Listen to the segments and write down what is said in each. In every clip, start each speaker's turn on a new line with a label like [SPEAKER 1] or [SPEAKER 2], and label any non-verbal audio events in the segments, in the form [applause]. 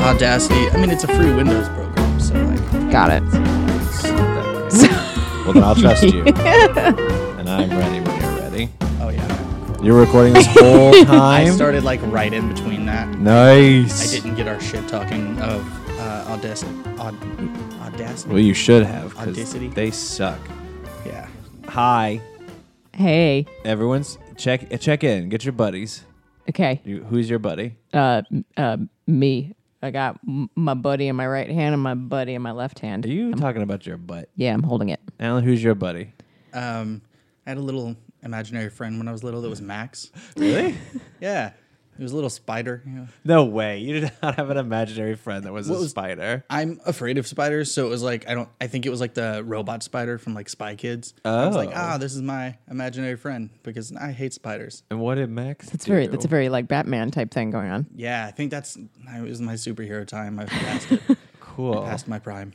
[SPEAKER 1] Audacity. I mean, it's a free Windows program, so like,
[SPEAKER 2] Got it.
[SPEAKER 1] it's that way.
[SPEAKER 2] So-
[SPEAKER 3] Well, then I'll
[SPEAKER 2] [laughs]
[SPEAKER 3] trust you. and I'm ready when you're ready.
[SPEAKER 1] oh yeah.
[SPEAKER 3] You're recording this [laughs] whole
[SPEAKER 1] I
[SPEAKER 3] time?
[SPEAKER 1] started like right in between that. I
[SPEAKER 3] nice.
[SPEAKER 1] didn't get our shit talking of uh, audacity. Aud- audacity.
[SPEAKER 3] Well, you should have, because
[SPEAKER 1] Audacity.
[SPEAKER 3] they suck.
[SPEAKER 1] Yeah.
[SPEAKER 3] Hi,
[SPEAKER 2] hey.
[SPEAKER 3] everyone's check check in. Get your buddies.
[SPEAKER 2] Okay.
[SPEAKER 3] You, who's your buddy?
[SPEAKER 2] Uh, m- uh, me. I got m- my buddy in my right hand and my buddy in my left hand.
[SPEAKER 3] Are you talking about your butt?
[SPEAKER 2] yeah, I'm holding it.
[SPEAKER 3] Alan, who's your buddy?
[SPEAKER 1] Um, I had a little imaginary friend when I was little that was Max.
[SPEAKER 3] Really?
[SPEAKER 1] Yeah. It was a little spider. You know?
[SPEAKER 3] [laughs] no way. You did not have an imaginary friend that was a spider.
[SPEAKER 1] I'm afraid of spiders, so it was like I don't. I think it was like the robot spider from like Spy Kids. I was like,
[SPEAKER 3] Oh.
[SPEAKER 1] ah, this is my imaginary friend because I hate spiders.
[SPEAKER 3] And what did Max
[SPEAKER 2] It's very. That's a very like Batman type thing going on.
[SPEAKER 1] Yeah, I think that's it was my superhero time. I've passed it,
[SPEAKER 2] [laughs]
[SPEAKER 3] cool.
[SPEAKER 1] past my prime.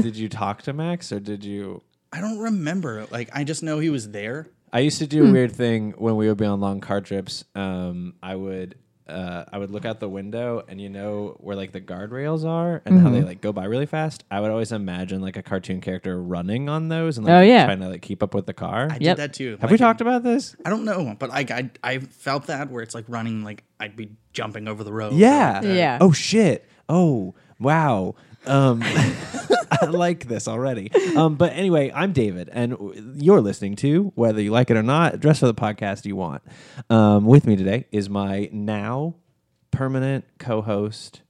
[SPEAKER 3] did you talk to Max or did you
[SPEAKER 1] I don't remember. Like I just know he was there.
[SPEAKER 3] I used to
[SPEAKER 2] Hmm.
[SPEAKER 3] do a weird thing when we would be on long car trips. Um, I would uh, I would look out the window and you know where like the guardrails are and how they
[SPEAKER 2] Mm-hmm.
[SPEAKER 3] like go by really fast. I would always imagine like a cartoon character running on those and like
[SPEAKER 2] Oh, yeah.
[SPEAKER 3] trying to like keep up with the car.
[SPEAKER 1] I
[SPEAKER 2] Yep.
[SPEAKER 1] did that too.
[SPEAKER 3] Have we talked about this?
[SPEAKER 1] I don't know, but like I I felt that where it's like running, like I'd be jumping over the road.
[SPEAKER 3] Yeah.
[SPEAKER 2] Yeah.
[SPEAKER 3] Oh shit. Oh wow. Um, [laughs] I like this already. Um, but anyway, I'm David, and w- you're listening to whether you like it or not. Dress for the podcast you want. Um, with me today is my now permanent co-host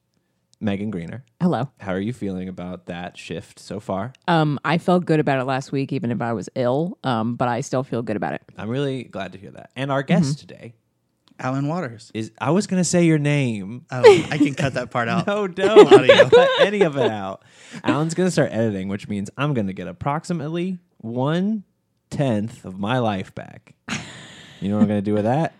[SPEAKER 3] Megan Greener.
[SPEAKER 2] Hello.
[SPEAKER 3] How are you feeling about that shift so far?
[SPEAKER 2] Um, I felt good about it last week, even if I was ill. Um, but I still feel good about it.
[SPEAKER 3] I'm really glad to hear that. And our guest today
[SPEAKER 1] Alan Waters.
[SPEAKER 3] is I was going to say your name. [laughs]
[SPEAKER 1] Oh, I can cut that part out.
[SPEAKER 3] No, Oh, don't [laughs]
[SPEAKER 1] Audio.
[SPEAKER 3] cut any of it out. Alan's gonna start editing, which means I'm gonna get approximately one tenth of my life back. You know what I'm gonna do with that?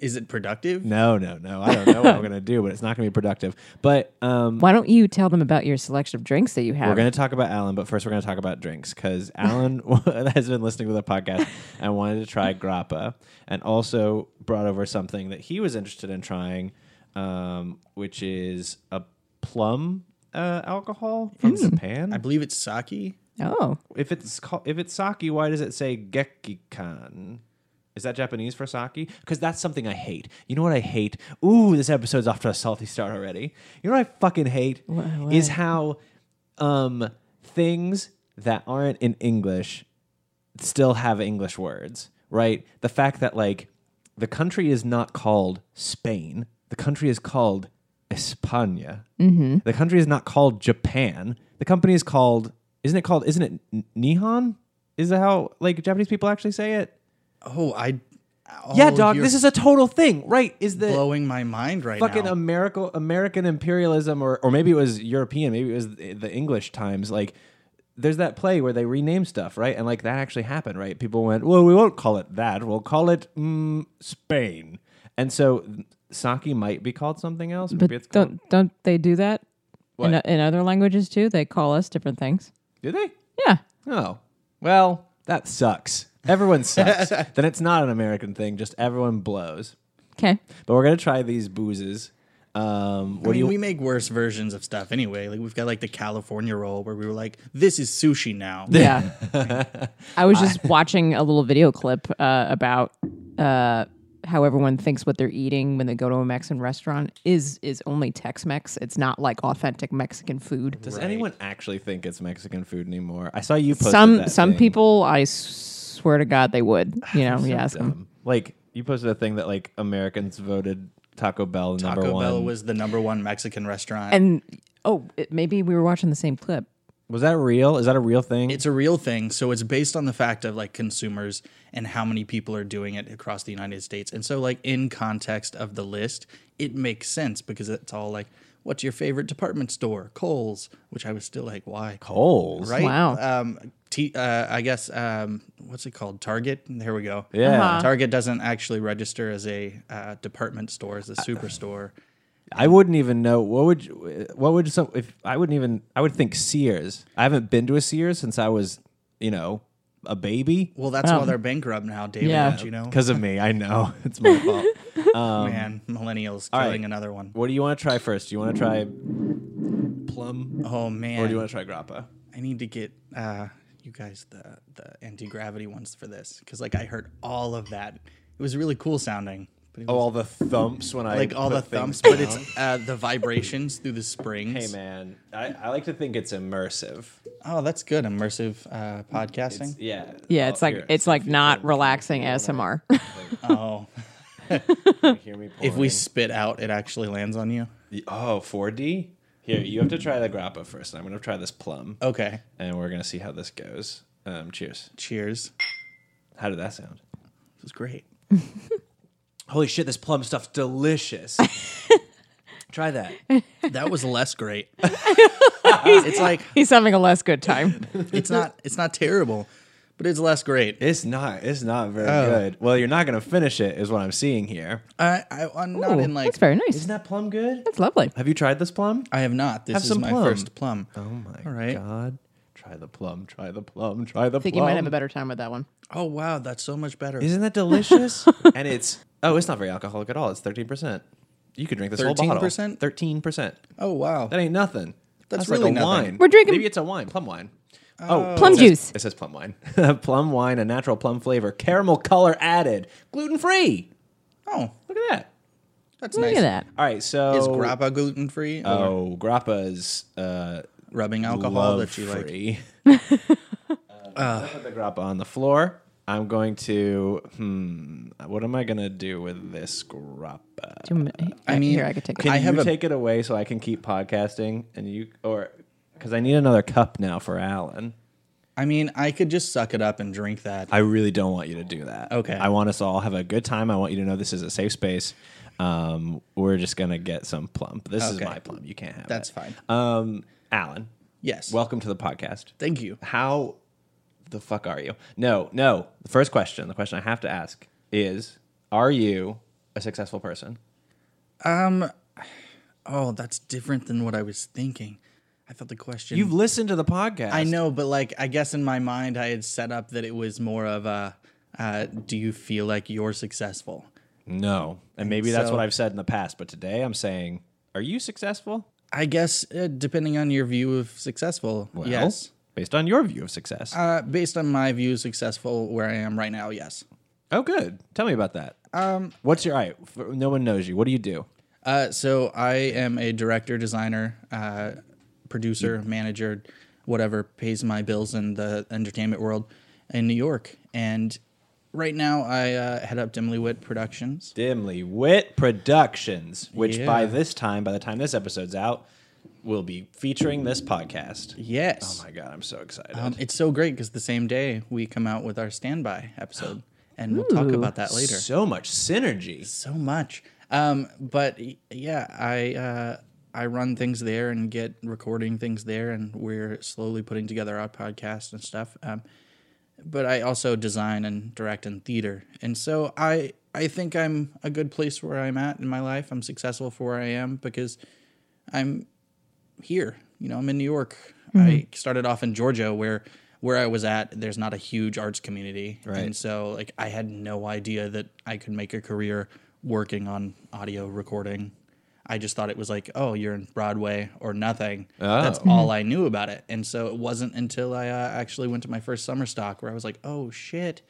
[SPEAKER 1] Is it productive?
[SPEAKER 3] No, no, no. I don't know what I'm gonna do, but it's not gonna be productive. But um,
[SPEAKER 2] Why don't you tell them about your selection of drinks that you have?
[SPEAKER 3] we're gonna talk about Alan, but first we're gonna talk about drinks because Alan [laughs] has been listening to the podcast and wanted to try grappa, and also brought over something that he was interested in trying, um, which is a plum. Uh, alcohol from Japan.
[SPEAKER 1] I believe it's sake.
[SPEAKER 2] oh,
[SPEAKER 3] if it's called, if it's sake, why does it say gekikan? Is that Japanese for sake? Because that's something I hate. You know what I hate? Ooh, this episode's off to a salty start already. You know what I fucking hate
[SPEAKER 2] Wha- what?
[SPEAKER 3] is how um, things that aren't in English still have English words, right? The fact that like the country is not called Spain, the country is called España. Mm-hmm. The country is not called Japan. The company is called isn't it called isn't it N- Nihon? Is that how like Japanese people actually say it?
[SPEAKER 1] Oh, I. oh,
[SPEAKER 3] yeah, dog.
[SPEAKER 1] you're
[SPEAKER 3] This is a total thing, right? Is the
[SPEAKER 1] blowing my mind right
[SPEAKER 3] fucking um,
[SPEAKER 1] now.
[SPEAKER 3] America, American imperialism, or or maybe it was European, maybe it was the the English times. Like, there's that play where they rename stuff, right? And like that actually happened, right? People went, well, we won't call it that. We'll call it mm, Spain. And so sake might be called something else. Maybe it's
[SPEAKER 2] but
[SPEAKER 3] called,
[SPEAKER 2] don't don't they do that in,
[SPEAKER 3] What?
[SPEAKER 2] in other languages too? They call us different things.
[SPEAKER 3] do they?
[SPEAKER 2] Yeah.
[SPEAKER 3] Oh, well, that sucks. Everyone [laughs] sucks. then it's not an American thing. Just everyone blows.
[SPEAKER 2] Okay.
[SPEAKER 3] But we're gonna try these boozes. Um,
[SPEAKER 1] I
[SPEAKER 3] what do
[SPEAKER 1] mean,
[SPEAKER 3] you?
[SPEAKER 1] we make worse versions of stuff anyway. Like we've got like the California roll where we were like, "This is sushi now."
[SPEAKER 2] Yeah. [laughs] I was just watching a little video clip uh, about uh, how everyone thinks what they're eating when they go to a Mexican restaurant is is only Tex-Mex. It's not like authentic Mexican food.
[SPEAKER 3] Does anyone actually think it's Mexican food anymore? I saw you posted
[SPEAKER 2] some
[SPEAKER 3] that
[SPEAKER 2] some
[SPEAKER 3] thing.
[SPEAKER 2] people, I swear to God, they would. You know, you ask 'em.
[SPEAKER 3] Um, like you posted a thing that like Americans voted Taco Bell number
[SPEAKER 1] Taco
[SPEAKER 3] one.
[SPEAKER 1] Bell was the number one Mexican restaurant.
[SPEAKER 2] And oh, it, maybe we were watching the same clip.
[SPEAKER 3] was that real? Is that a real thing?
[SPEAKER 1] it's a real thing, so it's based on the fact of like consumers and how many people are doing it across the United States. And so, like in context of the list, it makes sense because it's all like, "What's your favorite department store?" Kohl's, which I was still like, "Why?"
[SPEAKER 3] Coles.
[SPEAKER 1] right?
[SPEAKER 2] Wow.
[SPEAKER 1] Um, t- uh, I guess um, what's it called? Target. There we go.
[SPEAKER 3] Yeah.
[SPEAKER 2] Uh-huh.
[SPEAKER 1] Target doesn't actually register as a uh, department store, as a superstore.
[SPEAKER 3] I wouldn't even know what would you, what would some if I wouldn't even I would think Sears. I haven't been to a Sears since I was, you know, a baby.
[SPEAKER 1] Well, that's why they're bankrupt now, David.
[SPEAKER 2] Oh. Yeah.
[SPEAKER 1] Don't you know?
[SPEAKER 3] Because of me, I know [laughs] it's my fault.
[SPEAKER 1] Man, millennials
[SPEAKER 3] right.
[SPEAKER 1] killing another one.
[SPEAKER 3] What do you want to try first? Do you want to try plum
[SPEAKER 1] Oh
[SPEAKER 3] or
[SPEAKER 1] man,
[SPEAKER 3] do you want to try grappa?
[SPEAKER 1] I need to get uh, you guys the the anti gravity ones for this because like I heard all of that. It was really cool sounding. But it
[SPEAKER 3] Oh,
[SPEAKER 1] was,
[SPEAKER 3] all the thumps when I
[SPEAKER 1] like all the
[SPEAKER 3] put things
[SPEAKER 1] thumps, but
[SPEAKER 3] down.
[SPEAKER 1] it's uh, the vibrations through the springs.
[SPEAKER 3] Hey man, I, I like to think it's immersive.
[SPEAKER 1] Oh, that's good. Immersive uh, podcasting.
[SPEAKER 3] Yeah.
[SPEAKER 2] Yeah,
[SPEAKER 3] Oh,
[SPEAKER 2] it's like
[SPEAKER 3] here,
[SPEAKER 2] it's
[SPEAKER 3] so
[SPEAKER 2] like
[SPEAKER 3] if you
[SPEAKER 2] not
[SPEAKER 3] can-
[SPEAKER 2] relaxing ASMR.
[SPEAKER 1] oh,
[SPEAKER 3] can hear me
[SPEAKER 1] if we
[SPEAKER 3] pouring.
[SPEAKER 1] spit out, it actually lands on you.
[SPEAKER 3] The- Oh, 4D? Here, you have to try the grappa first. and I'm going to try this plum.
[SPEAKER 1] Okay.
[SPEAKER 3] And we're going to see how this goes. Um, cheers.
[SPEAKER 1] Cheers.
[SPEAKER 3] How did that sound?
[SPEAKER 1] It was great.
[SPEAKER 3] Holy shit, this plum stuff's delicious.
[SPEAKER 2] [laughs]
[SPEAKER 3] try that.
[SPEAKER 1] That was less
[SPEAKER 3] [laughs]
[SPEAKER 1] great. it's like
[SPEAKER 2] [laughs] He's having a less good time.
[SPEAKER 1] it's not it's not terrible, but it's less great.
[SPEAKER 3] It's not. It's not very
[SPEAKER 2] Oh.
[SPEAKER 3] good. Well, you're not going to finish it, is what I'm seeing here.
[SPEAKER 1] I, I I'm not
[SPEAKER 2] Ooh,
[SPEAKER 1] in like
[SPEAKER 2] that's very nice.
[SPEAKER 3] Isn't that plum good?
[SPEAKER 2] That's lovely.
[SPEAKER 3] Have you tried this plum?
[SPEAKER 1] I have not. This
[SPEAKER 3] Have
[SPEAKER 1] is
[SPEAKER 3] some
[SPEAKER 1] my
[SPEAKER 3] plum.
[SPEAKER 1] first plum.
[SPEAKER 3] Oh my
[SPEAKER 1] All right.
[SPEAKER 3] god. Try the plum. Try the plum. Try the
[SPEAKER 2] I think you
[SPEAKER 3] plum.
[SPEAKER 2] might have a better time with that one.
[SPEAKER 1] Oh wow, that's so much better.
[SPEAKER 2] [laughs]
[SPEAKER 3] Isn't that delicious? and it's oh, it's not very alcoholic at all. It's thirteen percent. You could drink this whole bottle.
[SPEAKER 1] 13%?
[SPEAKER 3] Thirteen percent.
[SPEAKER 1] oh wow.
[SPEAKER 3] That ain't nothing.
[SPEAKER 1] That's
[SPEAKER 3] like
[SPEAKER 1] really
[SPEAKER 3] a
[SPEAKER 1] nothing.
[SPEAKER 3] wine.
[SPEAKER 2] We're drinking-
[SPEAKER 3] Maybe it's a wine, plum wine. Oh,
[SPEAKER 2] Plum
[SPEAKER 3] it says-
[SPEAKER 2] juice.
[SPEAKER 3] It says plum wine. [laughs] plum wine, a natural plum flavor, caramel color added, gluten free.
[SPEAKER 1] Oh,
[SPEAKER 3] Look at that.
[SPEAKER 1] that's
[SPEAKER 2] Look
[SPEAKER 1] nice.
[SPEAKER 2] at that.
[SPEAKER 3] All right, so
[SPEAKER 1] Is grappa gluten free or
[SPEAKER 3] Oh, grappa's uh,
[SPEAKER 1] rubbing alcohol
[SPEAKER 3] love
[SPEAKER 1] that you like?
[SPEAKER 2] [laughs]
[SPEAKER 3] free. uh, I put the grappa on the floor. I'm going to. Hmm. What am I gonna do with this grappa?
[SPEAKER 2] Do you want me-
[SPEAKER 1] I mean,
[SPEAKER 2] here I could take.
[SPEAKER 1] I
[SPEAKER 3] Can
[SPEAKER 1] have
[SPEAKER 3] you
[SPEAKER 1] a-
[SPEAKER 3] take it away so I can keep podcasting and you or because I need another cup now for Alan.
[SPEAKER 1] I mean, I could just suck it up and drink that.
[SPEAKER 3] I really don't want you to do that.
[SPEAKER 1] Okay.
[SPEAKER 3] I want us to all have a good time. I want you to know this is a safe space. Um, we're just gonna get some plum. This is
[SPEAKER 1] Okay.
[SPEAKER 3] my plum. You can't have
[SPEAKER 1] That's
[SPEAKER 3] it.
[SPEAKER 1] fine.
[SPEAKER 3] Um, Alan,
[SPEAKER 1] yes.
[SPEAKER 3] welcome to the podcast.
[SPEAKER 1] thank you.
[SPEAKER 3] How the fuck are you? No, no. The first question, the question I have to ask is: Are you a successful person?
[SPEAKER 1] Oh, that's different than what I was thinking. I thought the question.
[SPEAKER 3] You've listened to the podcast.
[SPEAKER 1] I know, but like, I guess in my mind, I had set up that it was more of a, uh, do you feel like you're successful?
[SPEAKER 3] No. And maybe that's
[SPEAKER 1] so-
[SPEAKER 3] what I've said in the past, but today I'm saying, are you successful?
[SPEAKER 1] I guess uh, depending on your view of successful,
[SPEAKER 3] Well,
[SPEAKER 1] yes.
[SPEAKER 3] Based on your view of success.
[SPEAKER 1] Uh, based on my view of successful, where I am right now, yes.
[SPEAKER 3] oh, good. Tell me about that. Um, What's your, all right, f- no one knows you. What do you do?
[SPEAKER 1] Uh, so I am a director, designer, uh, producer, manager, whatever pays my bills in the entertainment world in New York. And right now, I uh, head up Dimly Wit Productions.
[SPEAKER 3] Dimly Wit Productions, which by
[SPEAKER 1] Yeah.
[SPEAKER 3] this time, by the time this episode's out, will be featuring this podcast.
[SPEAKER 1] Yes.
[SPEAKER 3] Oh my God, I'm so excited.
[SPEAKER 1] Um, it's so great because the same day we come out with our standby episode, and we'll talk about that later. So,
[SPEAKER 3] So much synergy.
[SPEAKER 1] much, um, but y- yeah, I uh, I run things there and get recording things there, and we're slowly putting together our podcast and stuff. Um, but I also design and direct in theater, and so I I think I'm a good place where I'm at in my life. I'm successful for where I am because I'm here. You know, I'm in New York. I started off in Georgia where where I was at, there's not a huge arts community.
[SPEAKER 3] Right.
[SPEAKER 1] And so like I had no idea that I could make a career working on audio recording. I just thought it was like, oh, you're in Broadway or nothing. That's all I knew about it. And so it wasn't until I uh, actually went to my first summer stock where I was like, oh shit,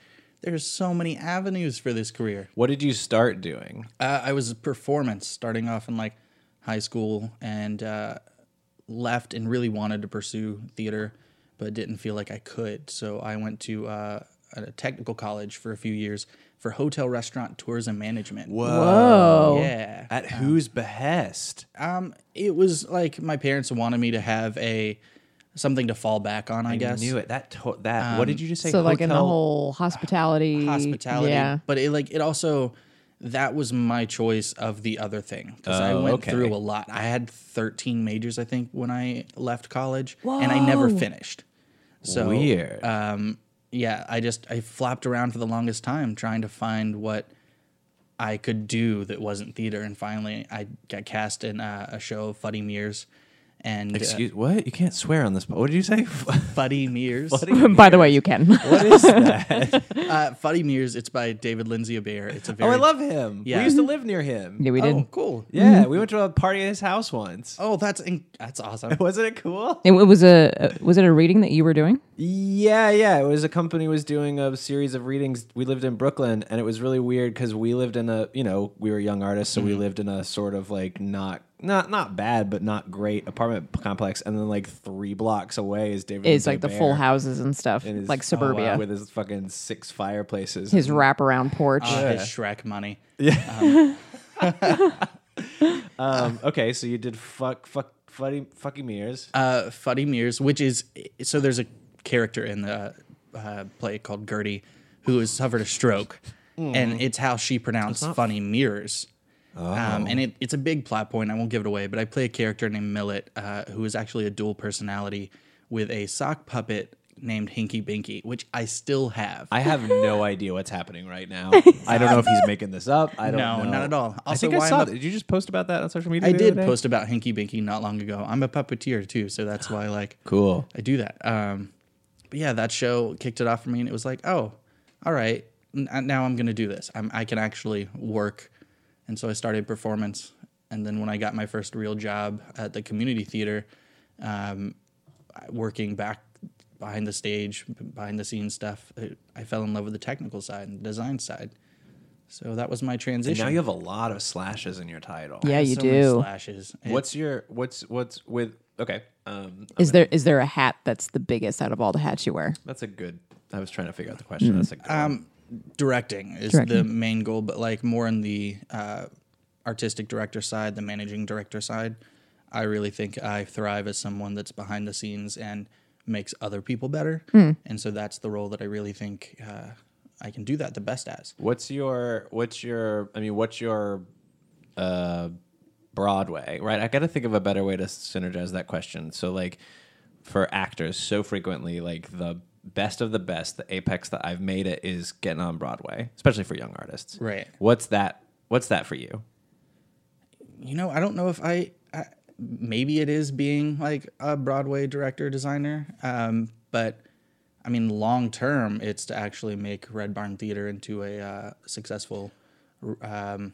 [SPEAKER 1] there's so many avenues for this career.
[SPEAKER 3] What did you start doing?
[SPEAKER 1] Uh, I was performance starting off in like high school and uh, left and really wanted to pursue theater, but didn't feel like I could. So I went to uh, a technical college for a few years for hotel, restaurant, tourism management.
[SPEAKER 2] Oh,
[SPEAKER 1] Yeah.
[SPEAKER 3] At whose behest?
[SPEAKER 1] Um, it was like my parents wanted me to have a something to fall back on, I,
[SPEAKER 3] I
[SPEAKER 1] guess.
[SPEAKER 3] knew it. That to- that. what did you just say?
[SPEAKER 2] so like in the
[SPEAKER 3] Hotel-
[SPEAKER 2] whole hospitality,
[SPEAKER 1] hospitality.
[SPEAKER 2] Mm, Yeah, [laughs]
[SPEAKER 1] But it like it also that was my choice of the other thing because I
[SPEAKER 3] Oh,
[SPEAKER 1] went
[SPEAKER 3] okay.
[SPEAKER 1] through a lot. I had 13 majors I think when I left college and I never finished. So
[SPEAKER 3] Weird.
[SPEAKER 1] Um yeah, I just I flopped around for the longest time trying to find what I could do that wasn't theater and finally I got cast in uh, a show Funny Mears and
[SPEAKER 3] Excuse what? You can't swear on this. po- What did you say? [laughs]
[SPEAKER 1] uh, Fuddy Mears.
[SPEAKER 2] By the way, you can.
[SPEAKER 3] what is [laughs] that?
[SPEAKER 1] Uh, Fuddy Mears. It's by David Lindsay Abair. It's a
[SPEAKER 3] oh,
[SPEAKER 1] very
[SPEAKER 3] I love him.
[SPEAKER 1] Yeah.
[SPEAKER 3] We used to live near him.
[SPEAKER 2] yeah, we did.
[SPEAKER 1] Oh, cool.
[SPEAKER 3] Yeah,
[SPEAKER 2] Mm-hmm.
[SPEAKER 3] we went to a party at his
[SPEAKER 2] [laughs]
[SPEAKER 3] house once.
[SPEAKER 1] Oh, that's in- that's awesome.
[SPEAKER 3] Wasn't it cool?
[SPEAKER 2] It, it was a a- was it a reading that you were doing?
[SPEAKER 3] Yeah, yeah. It was a company was doing a series of readings. We lived in Brooklyn, and it was really weird because we lived in a you know we were young artists, so we
[SPEAKER 2] Mm-hmm.
[SPEAKER 3] lived in a sort of like not not not bad but not great apartment complex, and then like three blocks away is David.
[SPEAKER 2] It's
[SPEAKER 3] Lindsay
[SPEAKER 2] like the
[SPEAKER 3] Bear
[SPEAKER 2] full houses and stuff,
[SPEAKER 3] and his-
[SPEAKER 2] like
[SPEAKER 3] oh, wow,
[SPEAKER 2] suburbia.
[SPEAKER 3] with his fucking six fireplaces.
[SPEAKER 2] his wraparound porch.
[SPEAKER 1] Uh, His Shrek money.
[SPEAKER 3] um, okay, so you did fuck fuck funny fucking mirrors.
[SPEAKER 1] uh, Fuddy Mears, which is so there's a character in the uh, play called Gertie who has suffered a stroke, and it's how she pronounced funny mirrors. Um, and it, it's a big plot point. I won't give it away, but I play a character named Millet, uh, who is actually a dual personality with a sock puppet named Hinky Binky, which I still have.
[SPEAKER 3] I have no idea what's happening
[SPEAKER 1] [laughs]
[SPEAKER 3] right now. I don't know if he's making this up. I don't
[SPEAKER 1] No,
[SPEAKER 3] know.
[SPEAKER 1] not at all.
[SPEAKER 3] I
[SPEAKER 1] Also,
[SPEAKER 3] think
[SPEAKER 1] why I'm
[SPEAKER 3] I saw
[SPEAKER 1] a-
[SPEAKER 3] that. Did you just post about that on social media?
[SPEAKER 1] I
[SPEAKER 3] the
[SPEAKER 1] did
[SPEAKER 3] other day?
[SPEAKER 1] post about Hinky Binky not long ago. I'm a puppeteer too, so that's why like
[SPEAKER 3] Cool.
[SPEAKER 1] I do that. Um, but yeah, that show kicked it off for me, and it was like, oh, all right, n- uh, now I'm gonna do this. I'm, I can actually work, and so I started performance. And then when I got my first real job at the community theater, um, I- working back behind the stage, b- behind the scenes stuff, I, I fell in love with the technical side and design side. So that was my
[SPEAKER 3] And
[SPEAKER 1] transition.
[SPEAKER 3] now you have a lot of slashes in your title.
[SPEAKER 2] yeah, you
[SPEAKER 1] So many
[SPEAKER 2] do.
[SPEAKER 1] slashes. It-
[SPEAKER 3] What's your what's what's with okay? Um,
[SPEAKER 2] Is there is there a hat that's the biggest out of all the hats you wear?
[SPEAKER 3] that's a good. I was trying to figure out the question. That's a good.
[SPEAKER 1] Um,
[SPEAKER 3] one.
[SPEAKER 1] directing is the main goal, but like more in the uh, artistic director side, the managing director side. I really think I thrive as someone that's behind the scenes and makes other people better, and so that's the role that I really think uh, I can do that the best as.
[SPEAKER 3] What's your what's your I mean what's your uh Broadway, right? I got to think of a better way to synergize that question. So like for actors so frequently like the best of the best, the apex that I've made it is getting on Broadway, especially for young artists.
[SPEAKER 1] Right.
[SPEAKER 3] What's that what's that for you?
[SPEAKER 1] You know, I don't know if I, I maybe it is being like a Broadway director designer, um, but. I mean, long term, it's to actually make Red Barn Theater into a uh, successful r- um,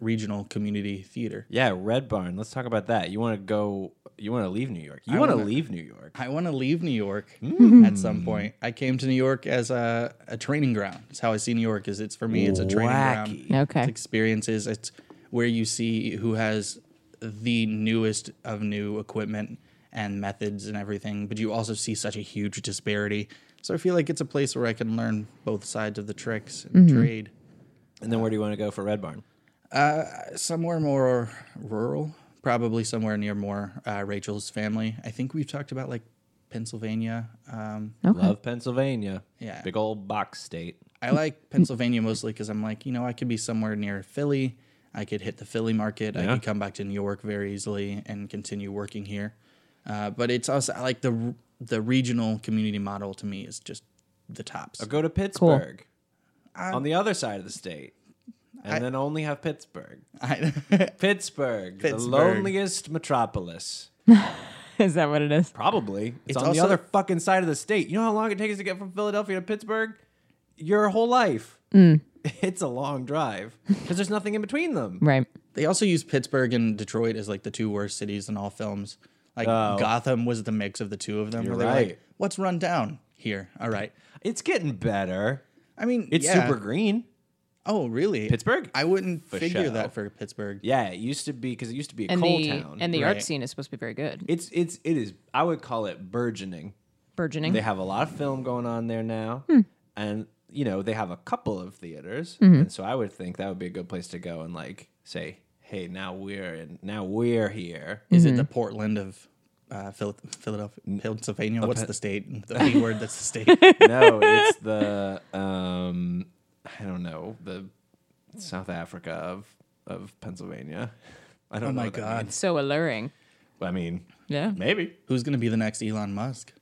[SPEAKER 1] regional community theater.
[SPEAKER 3] Yeah, Red Barn. Let's talk about that. You want to go you want to leave New York. You want to leave New York.
[SPEAKER 1] I want to leave New York at some point. I came to New York as a, a training ground. It's how I see New York. Is it's for me? It's a training
[SPEAKER 3] Wacky.
[SPEAKER 1] ground.
[SPEAKER 2] Okay.
[SPEAKER 1] It's experiences. It's where you see who has the newest of new equipment and methods and everything. But you also see such a huge disparity. So I feel like it's a place where I can learn both sides of the tricks and trade.
[SPEAKER 3] And then where do you want to go for Red Barn?
[SPEAKER 1] somewhere more rural, probably somewhere near more uh, Rachel's family. I think we've talked about like Pennsylvania. Um,
[SPEAKER 3] Love Pennsylvania.
[SPEAKER 1] Yeah.
[SPEAKER 3] Big old box state.
[SPEAKER 1] I like Pennsylvania mostly because I'm like, you know, I could be somewhere near Philly. I could hit the Philly market. I could come back to New York very easily and continue working here. Uh, but it's also I like the the regional community model to me is just the tops.
[SPEAKER 3] Or go to Pittsburgh on the other side of the state. And then only have Pittsburgh.
[SPEAKER 1] I-
[SPEAKER 3] Pittsburgh, the
[SPEAKER 1] Pittsburgh.
[SPEAKER 3] loneliest metropolis.
[SPEAKER 2] [laughs] Is that what it is?
[SPEAKER 3] Probably.
[SPEAKER 1] It's
[SPEAKER 3] It's, on the
[SPEAKER 1] also-
[SPEAKER 3] other fucking side of the state. You know how long it takes to get from Philadelphia to Pittsburgh? Your whole life.
[SPEAKER 2] Mm.
[SPEAKER 3] [laughs] It's a long drive because there's nothing in between them.
[SPEAKER 2] Right.
[SPEAKER 1] [laughs] they also use Pittsburgh and Detroit as like the two worst cities in all films. Like Gotham was the mix of the two of them.
[SPEAKER 3] Oh. You're
[SPEAKER 1] where they're like,
[SPEAKER 3] right.
[SPEAKER 1] What's run down here? All right.
[SPEAKER 3] It's getting better.
[SPEAKER 1] I mean,
[SPEAKER 3] It's
[SPEAKER 1] yeah.
[SPEAKER 3] super green.
[SPEAKER 1] Oh, really?
[SPEAKER 3] Pittsburgh?
[SPEAKER 1] I wouldn't figure
[SPEAKER 3] sure.
[SPEAKER 1] that for Pittsburgh.
[SPEAKER 3] Yeah, it used to be because it used to be a
[SPEAKER 2] And
[SPEAKER 3] coal
[SPEAKER 2] the
[SPEAKER 3] town.
[SPEAKER 2] and the
[SPEAKER 1] Right.
[SPEAKER 2] art scene is supposed to be very good.
[SPEAKER 3] it's it's it is. I would call it burgeoning.
[SPEAKER 2] Burgeoning.
[SPEAKER 3] They have a lot of film going on there now, and you know they have a couple of theaters, and so I would think that would be a good place to go and like say, "Hey, now we're in, now we're here."
[SPEAKER 1] Is it the Portland of uh, Phil- Philadelphia, Pennsylvania? What's the
[SPEAKER 3] [laughs]
[SPEAKER 1] state? The B word that's the state.
[SPEAKER 3] no, it's the um, I don't know the South Africa of of Pennsylvania. I don't
[SPEAKER 1] Oh
[SPEAKER 3] know.
[SPEAKER 1] my
[SPEAKER 3] what that
[SPEAKER 1] God.
[SPEAKER 3] means.
[SPEAKER 2] so alluring.
[SPEAKER 3] I mean,
[SPEAKER 2] Yeah.
[SPEAKER 3] maybe
[SPEAKER 1] Who's going to be the next Elon Musk?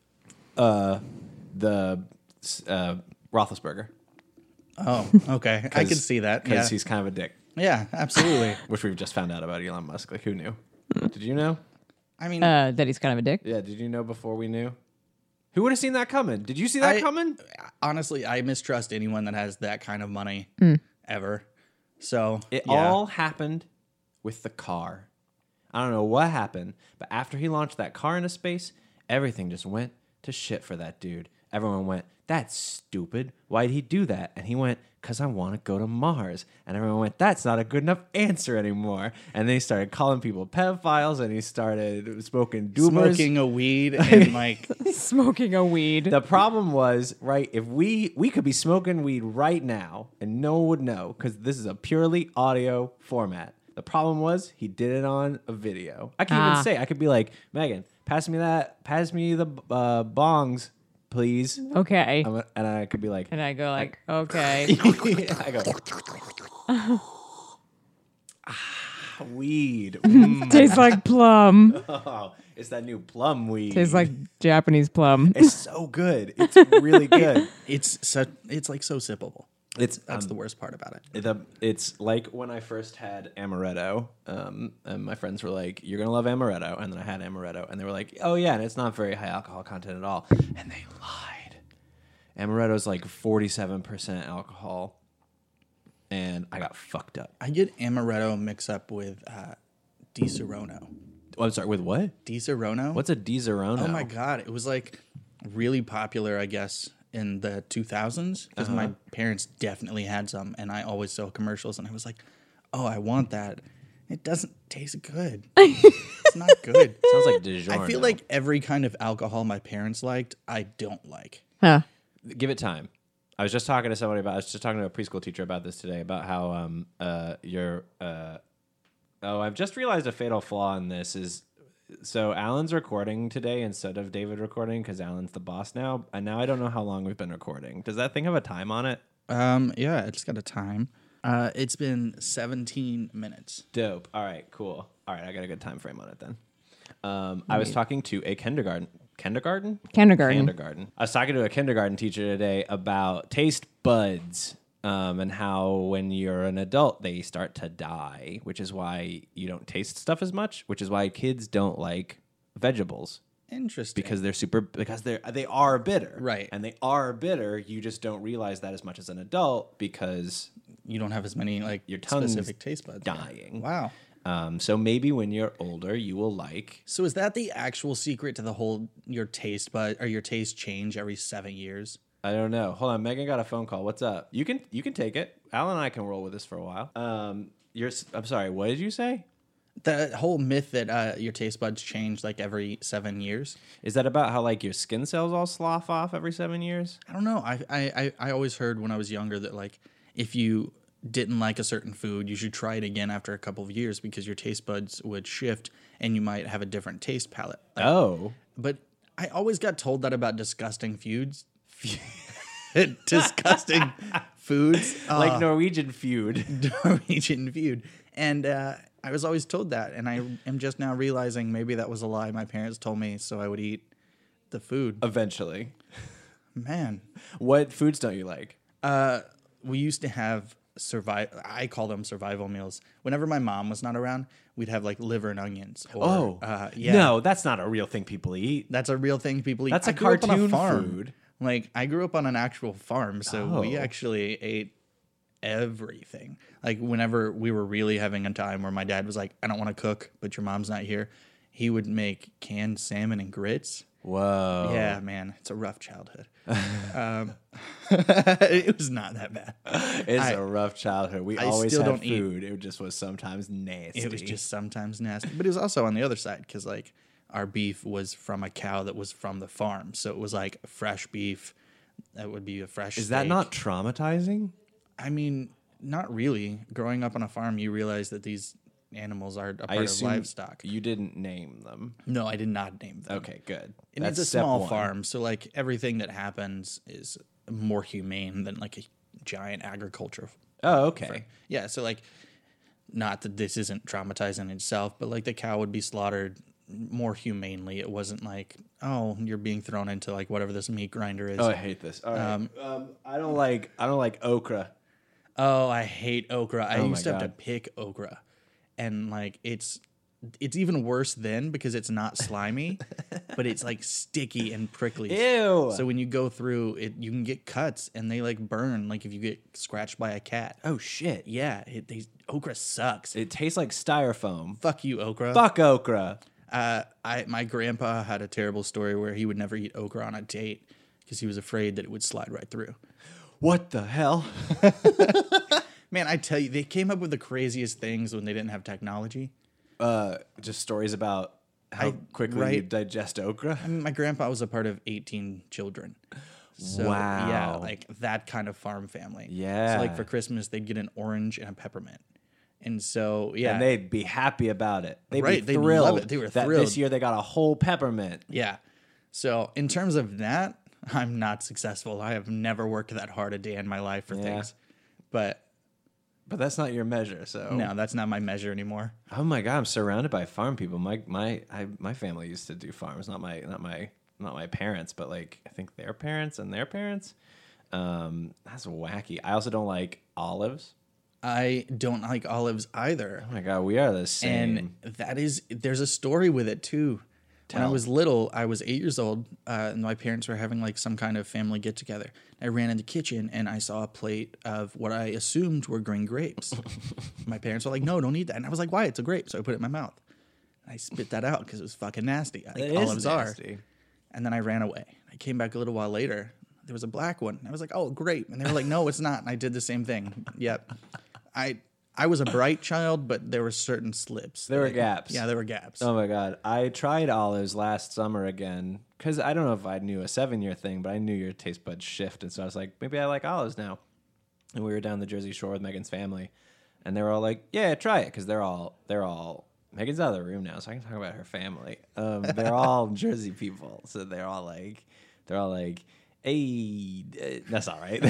[SPEAKER 3] the uh, Roethlisberger
[SPEAKER 1] Oh, okay. I could see that.
[SPEAKER 3] because
[SPEAKER 1] Yeah.
[SPEAKER 3] he's kind of a dick,
[SPEAKER 1] yeah, absolutely.
[SPEAKER 3] which we've just found out about Elon Musk. Like, who knew? Did you know?
[SPEAKER 1] I mean,
[SPEAKER 2] uh, that he's kind of a dick.
[SPEAKER 3] Yeah, did you know before we knew? Who would have seen that coming? Did you see that
[SPEAKER 1] I-
[SPEAKER 3] coming?
[SPEAKER 1] honestly, I mistrust anyone that has that kind of money ever. So
[SPEAKER 3] It
[SPEAKER 1] yeah.
[SPEAKER 3] all happened with the car. I don't know what happened, but after he launched that car into space, everything just went to shit for that dude. Everyone went, That's stupid. Why'd he do that? And he went, Because I want to go to Mars. And everyone went, That's not a good enough answer anymore. And then he started calling people pedophiles and he started smoking doomers.
[SPEAKER 1] smoking a
[SPEAKER 3] [laughs]
[SPEAKER 1] weed and like
[SPEAKER 2] [laughs] Smoking a weed.
[SPEAKER 3] The problem was, right, if we we could be smoking weed right now and no one would know cuz this is a purely audio format. The problem was he did it on a video. I can't
[SPEAKER 2] Ah.
[SPEAKER 3] even say. I could be like, "Megan, pass me that, pass me the uh, bongs, please."
[SPEAKER 2] okay.
[SPEAKER 3] I'm a- and I could be like,
[SPEAKER 2] and I go like,
[SPEAKER 3] [laughs]
[SPEAKER 2] okay.
[SPEAKER 3] I go Ah,
[SPEAKER 2] [laughs]
[SPEAKER 3] weed. Mm.
[SPEAKER 2] Tastes like plum.
[SPEAKER 3] Oh, it's that new plum weed.
[SPEAKER 2] Tastes like Japanese plum.
[SPEAKER 3] it's so good. It's
[SPEAKER 2] [laughs]
[SPEAKER 3] really good.
[SPEAKER 1] it's so it's like so sippable.
[SPEAKER 3] It's
[SPEAKER 1] That's the worst part about it.
[SPEAKER 3] the it's like when I first had amaretto, um, and my friends were like, "You're gonna love amaretto," and then I had amaretto, and they were like, "Oh yeah, and it's not very high alcohol content at all," and they lied. Amaretto's like 47 percent alcohol, and I got fucked up.
[SPEAKER 1] I get amaretto mixed up with uh, Di Serono.
[SPEAKER 3] Oh, I'm sorry. With what?
[SPEAKER 1] Di Serono.
[SPEAKER 3] What's a Di Zerono?
[SPEAKER 1] Oh my god! It was like really popular, I guess, in the 2000s because my parents definitely had some, and I always saw commercials, and I was like, "Oh, I want that." It doesn't taste good. it's not good.
[SPEAKER 3] Sounds like DiGiorno.
[SPEAKER 1] I feel like every kind of alcohol my parents liked, I don't like.
[SPEAKER 2] Huh.
[SPEAKER 3] give it time. I was just talking to somebody about. I was just talking to a preschool teacher about this today about how um uh your uh oh I've just realized a fatal flaw in this is so Alan's recording today instead of David recording because Alan's the boss now and now I don't know how long we've been recording. Does that thing have a time on it?
[SPEAKER 1] Um, yeah, it's got a time. Uh, it's been 17 minutes.
[SPEAKER 3] Dope. All right. Cool. All right. I got a good time frame on it then. Um, I was talking to a kindergarten kindergarten
[SPEAKER 2] Kindergarten.
[SPEAKER 3] kindergarten. I was talking to a kindergarten teacher today about taste buds um, and how when you're an adult they start to die, which is why you don't taste stuff as much, which is why kids don't like vegetables
[SPEAKER 1] Interesting.
[SPEAKER 3] because they're super because they're they are bitter
[SPEAKER 1] Right.
[SPEAKER 3] and they are bitter you just don't realize that as much as an adult because
[SPEAKER 1] you don't have as many like your
[SPEAKER 3] tongue's
[SPEAKER 1] specific taste buds.
[SPEAKER 3] dying
[SPEAKER 1] Wow.
[SPEAKER 3] um, so maybe when you're older you will like
[SPEAKER 1] So is that the actual secret to the whole your taste bud or your taste change every seven years?
[SPEAKER 3] I don't know. Hold on, Megan got a phone call. What's up? You can you can take it. Alan and I can roll with this for a while. Um, you're. s- I'm sorry. What did you say?
[SPEAKER 1] The whole myth that uh, your taste buds change like every seven years.
[SPEAKER 3] Is that about how like your skin cells all slough off every seven years?
[SPEAKER 1] I don't know. I, I I I always heard when I was younger that like if you didn't like a certain food, you should try it again after a couple of years because your taste buds would shift and you might have a different taste palette. Like,
[SPEAKER 3] Oh,
[SPEAKER 1] But I always got told that about disgusting feuds. [laughs] disgusting foods.
[SPEAKER 3] like Norwegian feud.
[SPEAKER 1] [laughs] Norwegian feud. And uh, I was always told that. And I am just now realizing maybe that was a lie my parents told me so I would eat the food.
[SPEAKER 3] [laughs] Eventually,
[SPEAKER 1] Man,
[SPEAKER 3] what foods don't you like?
[SPEAKER 1] we used to have survive I call them survival meals. Whenever my mom was not around, we'd have like liver and onions. Or, uh, yeah.
[SPEAKER 3] Oh, No, that's not a real thing people eat.
[SPEAKER 1] That's a real thing people eat.
[SPEAKER 3] That's
[SPEAKER 1] a
[SPEAKER 3] a cartoon food.
[SPEAKER 1] Like I grew up on an actual farm, so we
[SPEAKER 3] Oh.
[SPEAKER 1] actually ate everything. Like whenever we were really having a time where my dad was like, "I don't want to cook, but your mom's not here," he would make canned salmon and grits.
[SPEAKER 3] Whoa.
[SPEAKER 1] Yeah, man, it's a rough
[SPEAKER 3] [laughs]
[SPEAKER 1] childhood. um, [laughs] it was not that bad.
[SPEAKER 3] It's a rough childhood. We
[SPEAKER 1] I
[SPEAKER 3] always
[SPEAKER 1] still
[SPEAKER 3] had
[SPEAKER 1] don't eat-
[SPEAKER 3] food. It just was sometimes nasty.
[SPEAKER 1] It was just sometimes nasty, but it was also on the other side because like our beef was from a cow that was from the farm, so it was like fresh beef. That would be a fresh.
[SPEAKER 3] Is that not traumatizing?
[SPEAKER 1] I mean, not really. Growing up on a farm, you realize that these animals are a part of
[SPEAKER 3] assume
[SPEAKER 1] livestock.
[SPEAKER 3] You didn't name them.
[SPEAKER 1] No, I did not name them.
[SPEAKER 3] Okay, good.
[SPEAKER 1] and
[SPEAKER 3] Oh, That's
[SPEAKER 1] it's a
[SPEAKER 3] step
[SPEAKER 1] small
[SPEAKER 3] one.
[SPEAKER 1] farm, so like everything that happens is more humane than like a giant agriculture.
[SPEAKER 3] Oh, okay.
[SPEAKER 1] Yeah, so like, not that this isn't traumatizing in itself, but like the cow would be slaughtered more humanely. It wasn't like, oh, you're being thrown into like whatever this meat grinder is.
[SPEAKER 3] Oh, I hate this. All right. Um, I don't like I don't like okra.
[SPEAKER 1] Oh, I hate okra. I
[SPEAKER 3] Oh my
[SPEAKER 1] used to have to
[SPEAKER 3] God.
[SPEAKER 1] pick okra, and like it's it's even worse then because it's not
[SPEAKER 3] [laughs]
[SPEAKER 1] slimy, but it's like sticky and prickly.
[SPEAKER 3] Ew.
[SPEAKER 1] So when you go through it, you can get cuts and they like burn. Like if you get scratched by a cat.
[SPEAKER 3] oh shit.
[SPEAKER 1] Yeah, it, they, okra sucks.
[SPEAKER 3] It tastes like styrofoam.
[SPEAKER 1] Fuck you, okra.
[SPEAKER 3] Fuck okra.
[SPEAKER 1] Uh, I my grandpa had a terrible story where he would never eat okra on a date because he was afraid that it would slide right through.
[SPEAKER 3] What the hell?
[SPEAKER 1] Man, I tell you, they came up with the craziest things when they didn't have technology.
[SPEAKER 3] Uh, just stories about how quickly you
[SPEAKER 1] right.
[SPEAKER 3] digest [laughs] okra.
[SPEAKER 1] I mean, my grandpa was a part of 18 children. So, Yeah,
[SPEAKER 3] Wow.
[SPEAKER 1] like that kind of farm family.
[SPEAKER 3] Yeah.
[SPEAKER 1] So, like for Christmas, they'd get an orange and a peppermint. And so, yeah.
[SPEAKER 3] And they'd be happy about it. They'd
[SPEAKER 1] Right,
[SPEAKER 3] be
[SPEAKER 1] they'd love
[SPEAKER 3] thrilled.
[SPEAKER 1] it. They were
[SPEAKER 3] that
[SPEAKER 1] thrilled.
[SPEAKER 3] This year they got a whole peppermint.
[SPEAKER 1] yeah. So, in terms of that, I'm not successful. I have never worked that hard a day in my life for things. But
[SPEAKER 3] But that's not your measure, so
[SPEAKER 1] no, that's not my measure anymore.
[SPEAKER 3] Oh my god, I'm surrounded by farm people. My my I, my family used to do farms, not my not my not my parents, but like I think their parents and their parents. Um, that's wacky. I also don't like olives.
[SPEAKER 1] I don't like olives either.
[SPEAKER 3] Oh my god, we are the same.
[SPEAKER 1] and that is there's a story with it too when i was little i was eight years old uh, and my parents were having like some kind of family get together i ran in the kitchen and i saw a plate of what i assumed were green
[SPEAKER 3] [laughs]
[SPEAKER 1] grapes my parents were like no don't eat that and i was like why it's a grape so i put it in my mouth i spit that out because it was fucking nasty like
[SPEAKER 3] It is
[SPEAKER 1] olives are
[SPEAKER 3] nasty.
[SPEAKER 1] and then i ran away i came back a little while later there was a black one and i was like oh grape and they were like no it's not and i did the same thing yep i I was a bright child, but there were certain slips.
[SPEAKER 3] There were
[SPEAKER 1] that I-
[SPEAKER 3] gaps.
[SPEAKER 1] Yeah, there were gaps.
[SPEAKER 3] Oh my god, I tried olives last summer again because I don't know if I knew a seven-year thing, but I knew your taste buds shift, and so I was like, maybe I like olives now. And we were down the Jersey Shore with Megan's family, and they were all like, "Yeah, try it," because they're all they're all Megan's out of the room now, so I can talk about her family. Um, they're all Jersey people, so they're all like, they're all like. Hey, eh," that's all right.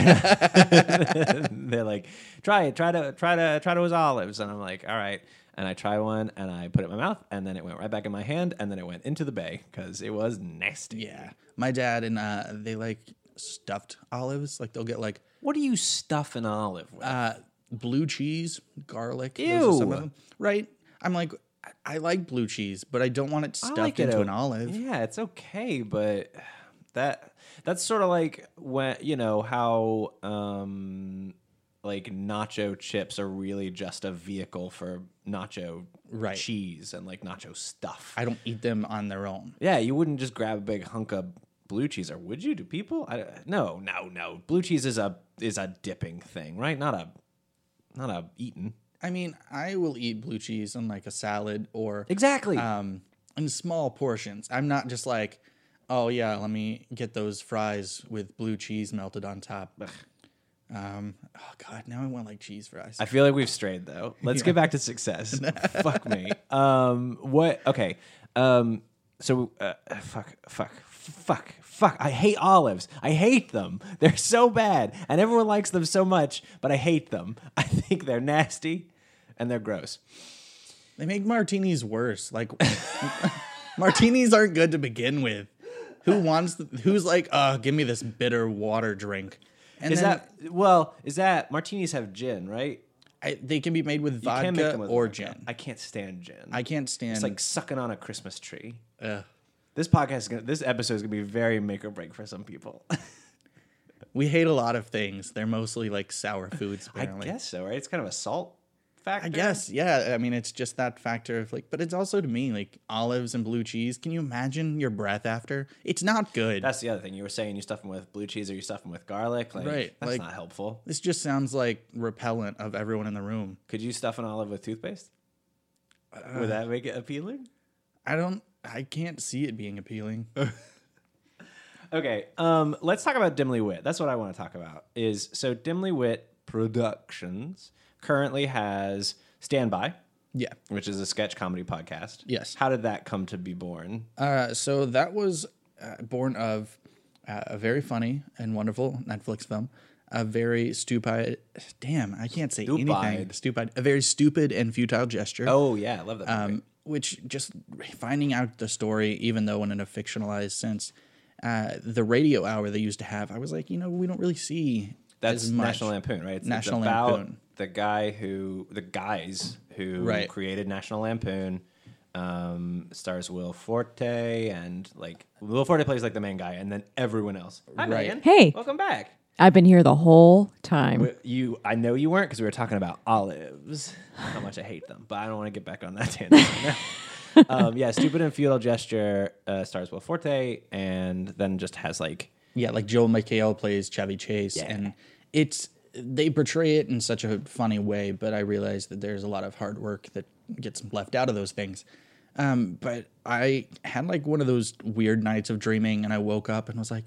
[SPEAKER 3] [laughs] They're like, try it, try to, try to, try those olives, and I'm like, all right. And I try one, and I put it in my mouth, and then it went right back in my hand, and then it went into the bay because it was nasty.
[SPEAKER 1] Yeah, my dad and uh, they like stuffed olives. Like they'll get like
[SPEAKER 3] What do you stuff an olive with?
[SPEAKER 1] uh, blue cheese, garlic. Those are some of
[SPEAKER 3] Ew.
[SPEAKER 1] them. Right? I'm like, I- I like blue cheese, but I don't want it
[SPEAKER 3] I
[SPEAKER 1] stuffed
[SPEAKER 3] like it
[SPEAKER 1] into
[SPEAKER 3] o-
[SPEAKER 1] an olive.
[SPEAKER 3] Yeah, it's okay, but that that's sort of like when you know how um like nacho chips are really just a vehicle for nacho
[SPEAKER 1] Right.
[SPEAKER 3] cheese and like nacho stuff.
[SPEAKER 1] I don't eat them on their own.
[SPEAKER 3] yeah, you wouldn't just grab a big hunk of blue cheese, or would you? Do people? I, no, no, no. Blue cheese is a is a dipping thing, right? Not a not a eaten.
[SPEAKER 1] I mean, I will eat blue cheese on like a salad or
[SPEAKER 3] Exactly.
[SPEAKER 1] um, in small portions. I'm not just like, oh yeah, let me get those fries with blue cheese melted on top. Um, oh god, now I want like cheese fries.
[SPEAKER 3] I feel like we've strayed though. Let's get back
[SPEAKER 1] [laughs]
[SPEAKER 3] to success. fuck me. Um, what? Okay. Um, so uh, fuck, fuck, fuck, fuck. I hate olives. I hate them. [laughs] They're so bad, and everyone likes them so much, but I hate them. [laughs] I think they're nasty, and they're gross.
[SPEAKER 1] They make martinis worse. Like [laughs] martinis aren't good to begin with. Who wants? Who's like, uh, give me this bitter water drink? And
[SPEAKER 3] Is
[SPEAKER 1] then
[SPEAKER 3] that well? Is that martinis have gin, right?
[SPEAKER 1] I, they can be made with
[SPEAKER 3] You
[SPEAKER 1] vodka
[SPEAKER 3] can make them with
[SPEAKER 1] or
[SPEAKER 3] vodka.
[SPEAKER 1] gin.
[SPEAKER 3] I can't stand gin.
[SPEAKER 1] I can't stand.
[SPEAKER 3] It's like sucking on a Christmas tree.
[SPEAKER 1] Ugh.
[SPEAKER 3] This podcast is gonna. This episode is gonna be very make or break for some people.
[SPEAKER 1] we hate a lot of things. They're mostly like sour foods.
[SPEAKER 3] I
[SPEAKER 1] Apparently,
[SPEAKER 3] guess so, right? It's kind of a salt factor.
[SPEAKER 1] I guess, yeah. I mean, it's just that factor of like, but it's also to me like olives and blue cheese. Can you imagine your breath after? It's not good.
[SPEAKER 3] That's the other thing. You were saying you stuff them with blue cheese or you stuff them with garlic. Like,
[SPEAKER 1] Right,
[SPEAKER 3] That's
[SPEAKER 1] like-
[SPEAKER 3] not helpful.
[SPEAKER 1] this just sounds like repellent of everyone in the room.
[SPEAKER 3] Could you stuff an olive with toothpaste?
[SPEAKER 1] Uh,
[SPEAKER 3] Would that make it appealing?
[SPEAKER 1] I don't. I can't see it being
[SPEAKER 3] [laughs]
[SPEAKER 1] appealing.
[SPEAKER 3] Okay. Um, let's talk about Dimly Wit. That's what I want to talk about. Is so Dimly Wit Productions currently has Standby,
[SPEAKER 1] yeah.
[SPEAKER 3] which is a sketch comedy podcast.
[SPEAKER 1] Yes.
[SPEAKER 3] How did that come to be born?
[SPEAKER 1] Uh, so that was uh, born of uh, a very funny and wonderful Netflix film, a very stupid, damn, I can't say anything.
[SPEAKER 3] Stupide.
[SPEAKER 1] Stupid, a very stupid and futile gesture.
[SPEAKER 3] Oh yeah, I love that. movie.
[SPEAKER 1] um, which just finding out the story, even though in a fictionalized sense, uh, the radio hour they used to have, I was like, you know, we don't really see
[SPEAKER 3] That's
[SPEAKER 1] as much.
[SPEAKER 3] National Lampoon, right? It's,
[SPEAKER 1] National
[SPEAKER 3] it's about
[SPEAKER 1] Lampoon.
[SPEAKER 3] The guy who, the guys who
[SPEAKER 1] Right.
[SPEAKER 3] created National Lampoon, um, stars Will Forte and like Will Forte plays like the main guy, and then everyone else. Hi,
[SPEAKER 1] Right.
[SPEAKER 3] Megan.
[SPEAKER 2] Hey.
[SPEAKER 3] welcome back.
[SPEAKER 2] I've been here the whole time.
[SPEAKER 3] But You, I know you weren't because we were talking about olives. How much I hate them, but I don't want to get back on that [laughs] tangent right now. um, yeah, stupid and futile gesture uh, stars Will Forte, and then just has like
[SPEAKER 1] Yeah, like Joel McHale plays Chevy Chase, and it's they portray it in such a funny way, but I realize that there's a lot of hard work that gets left out of those things. Um, but I had like one of those weird nights of dreaming, and I woke up and was like,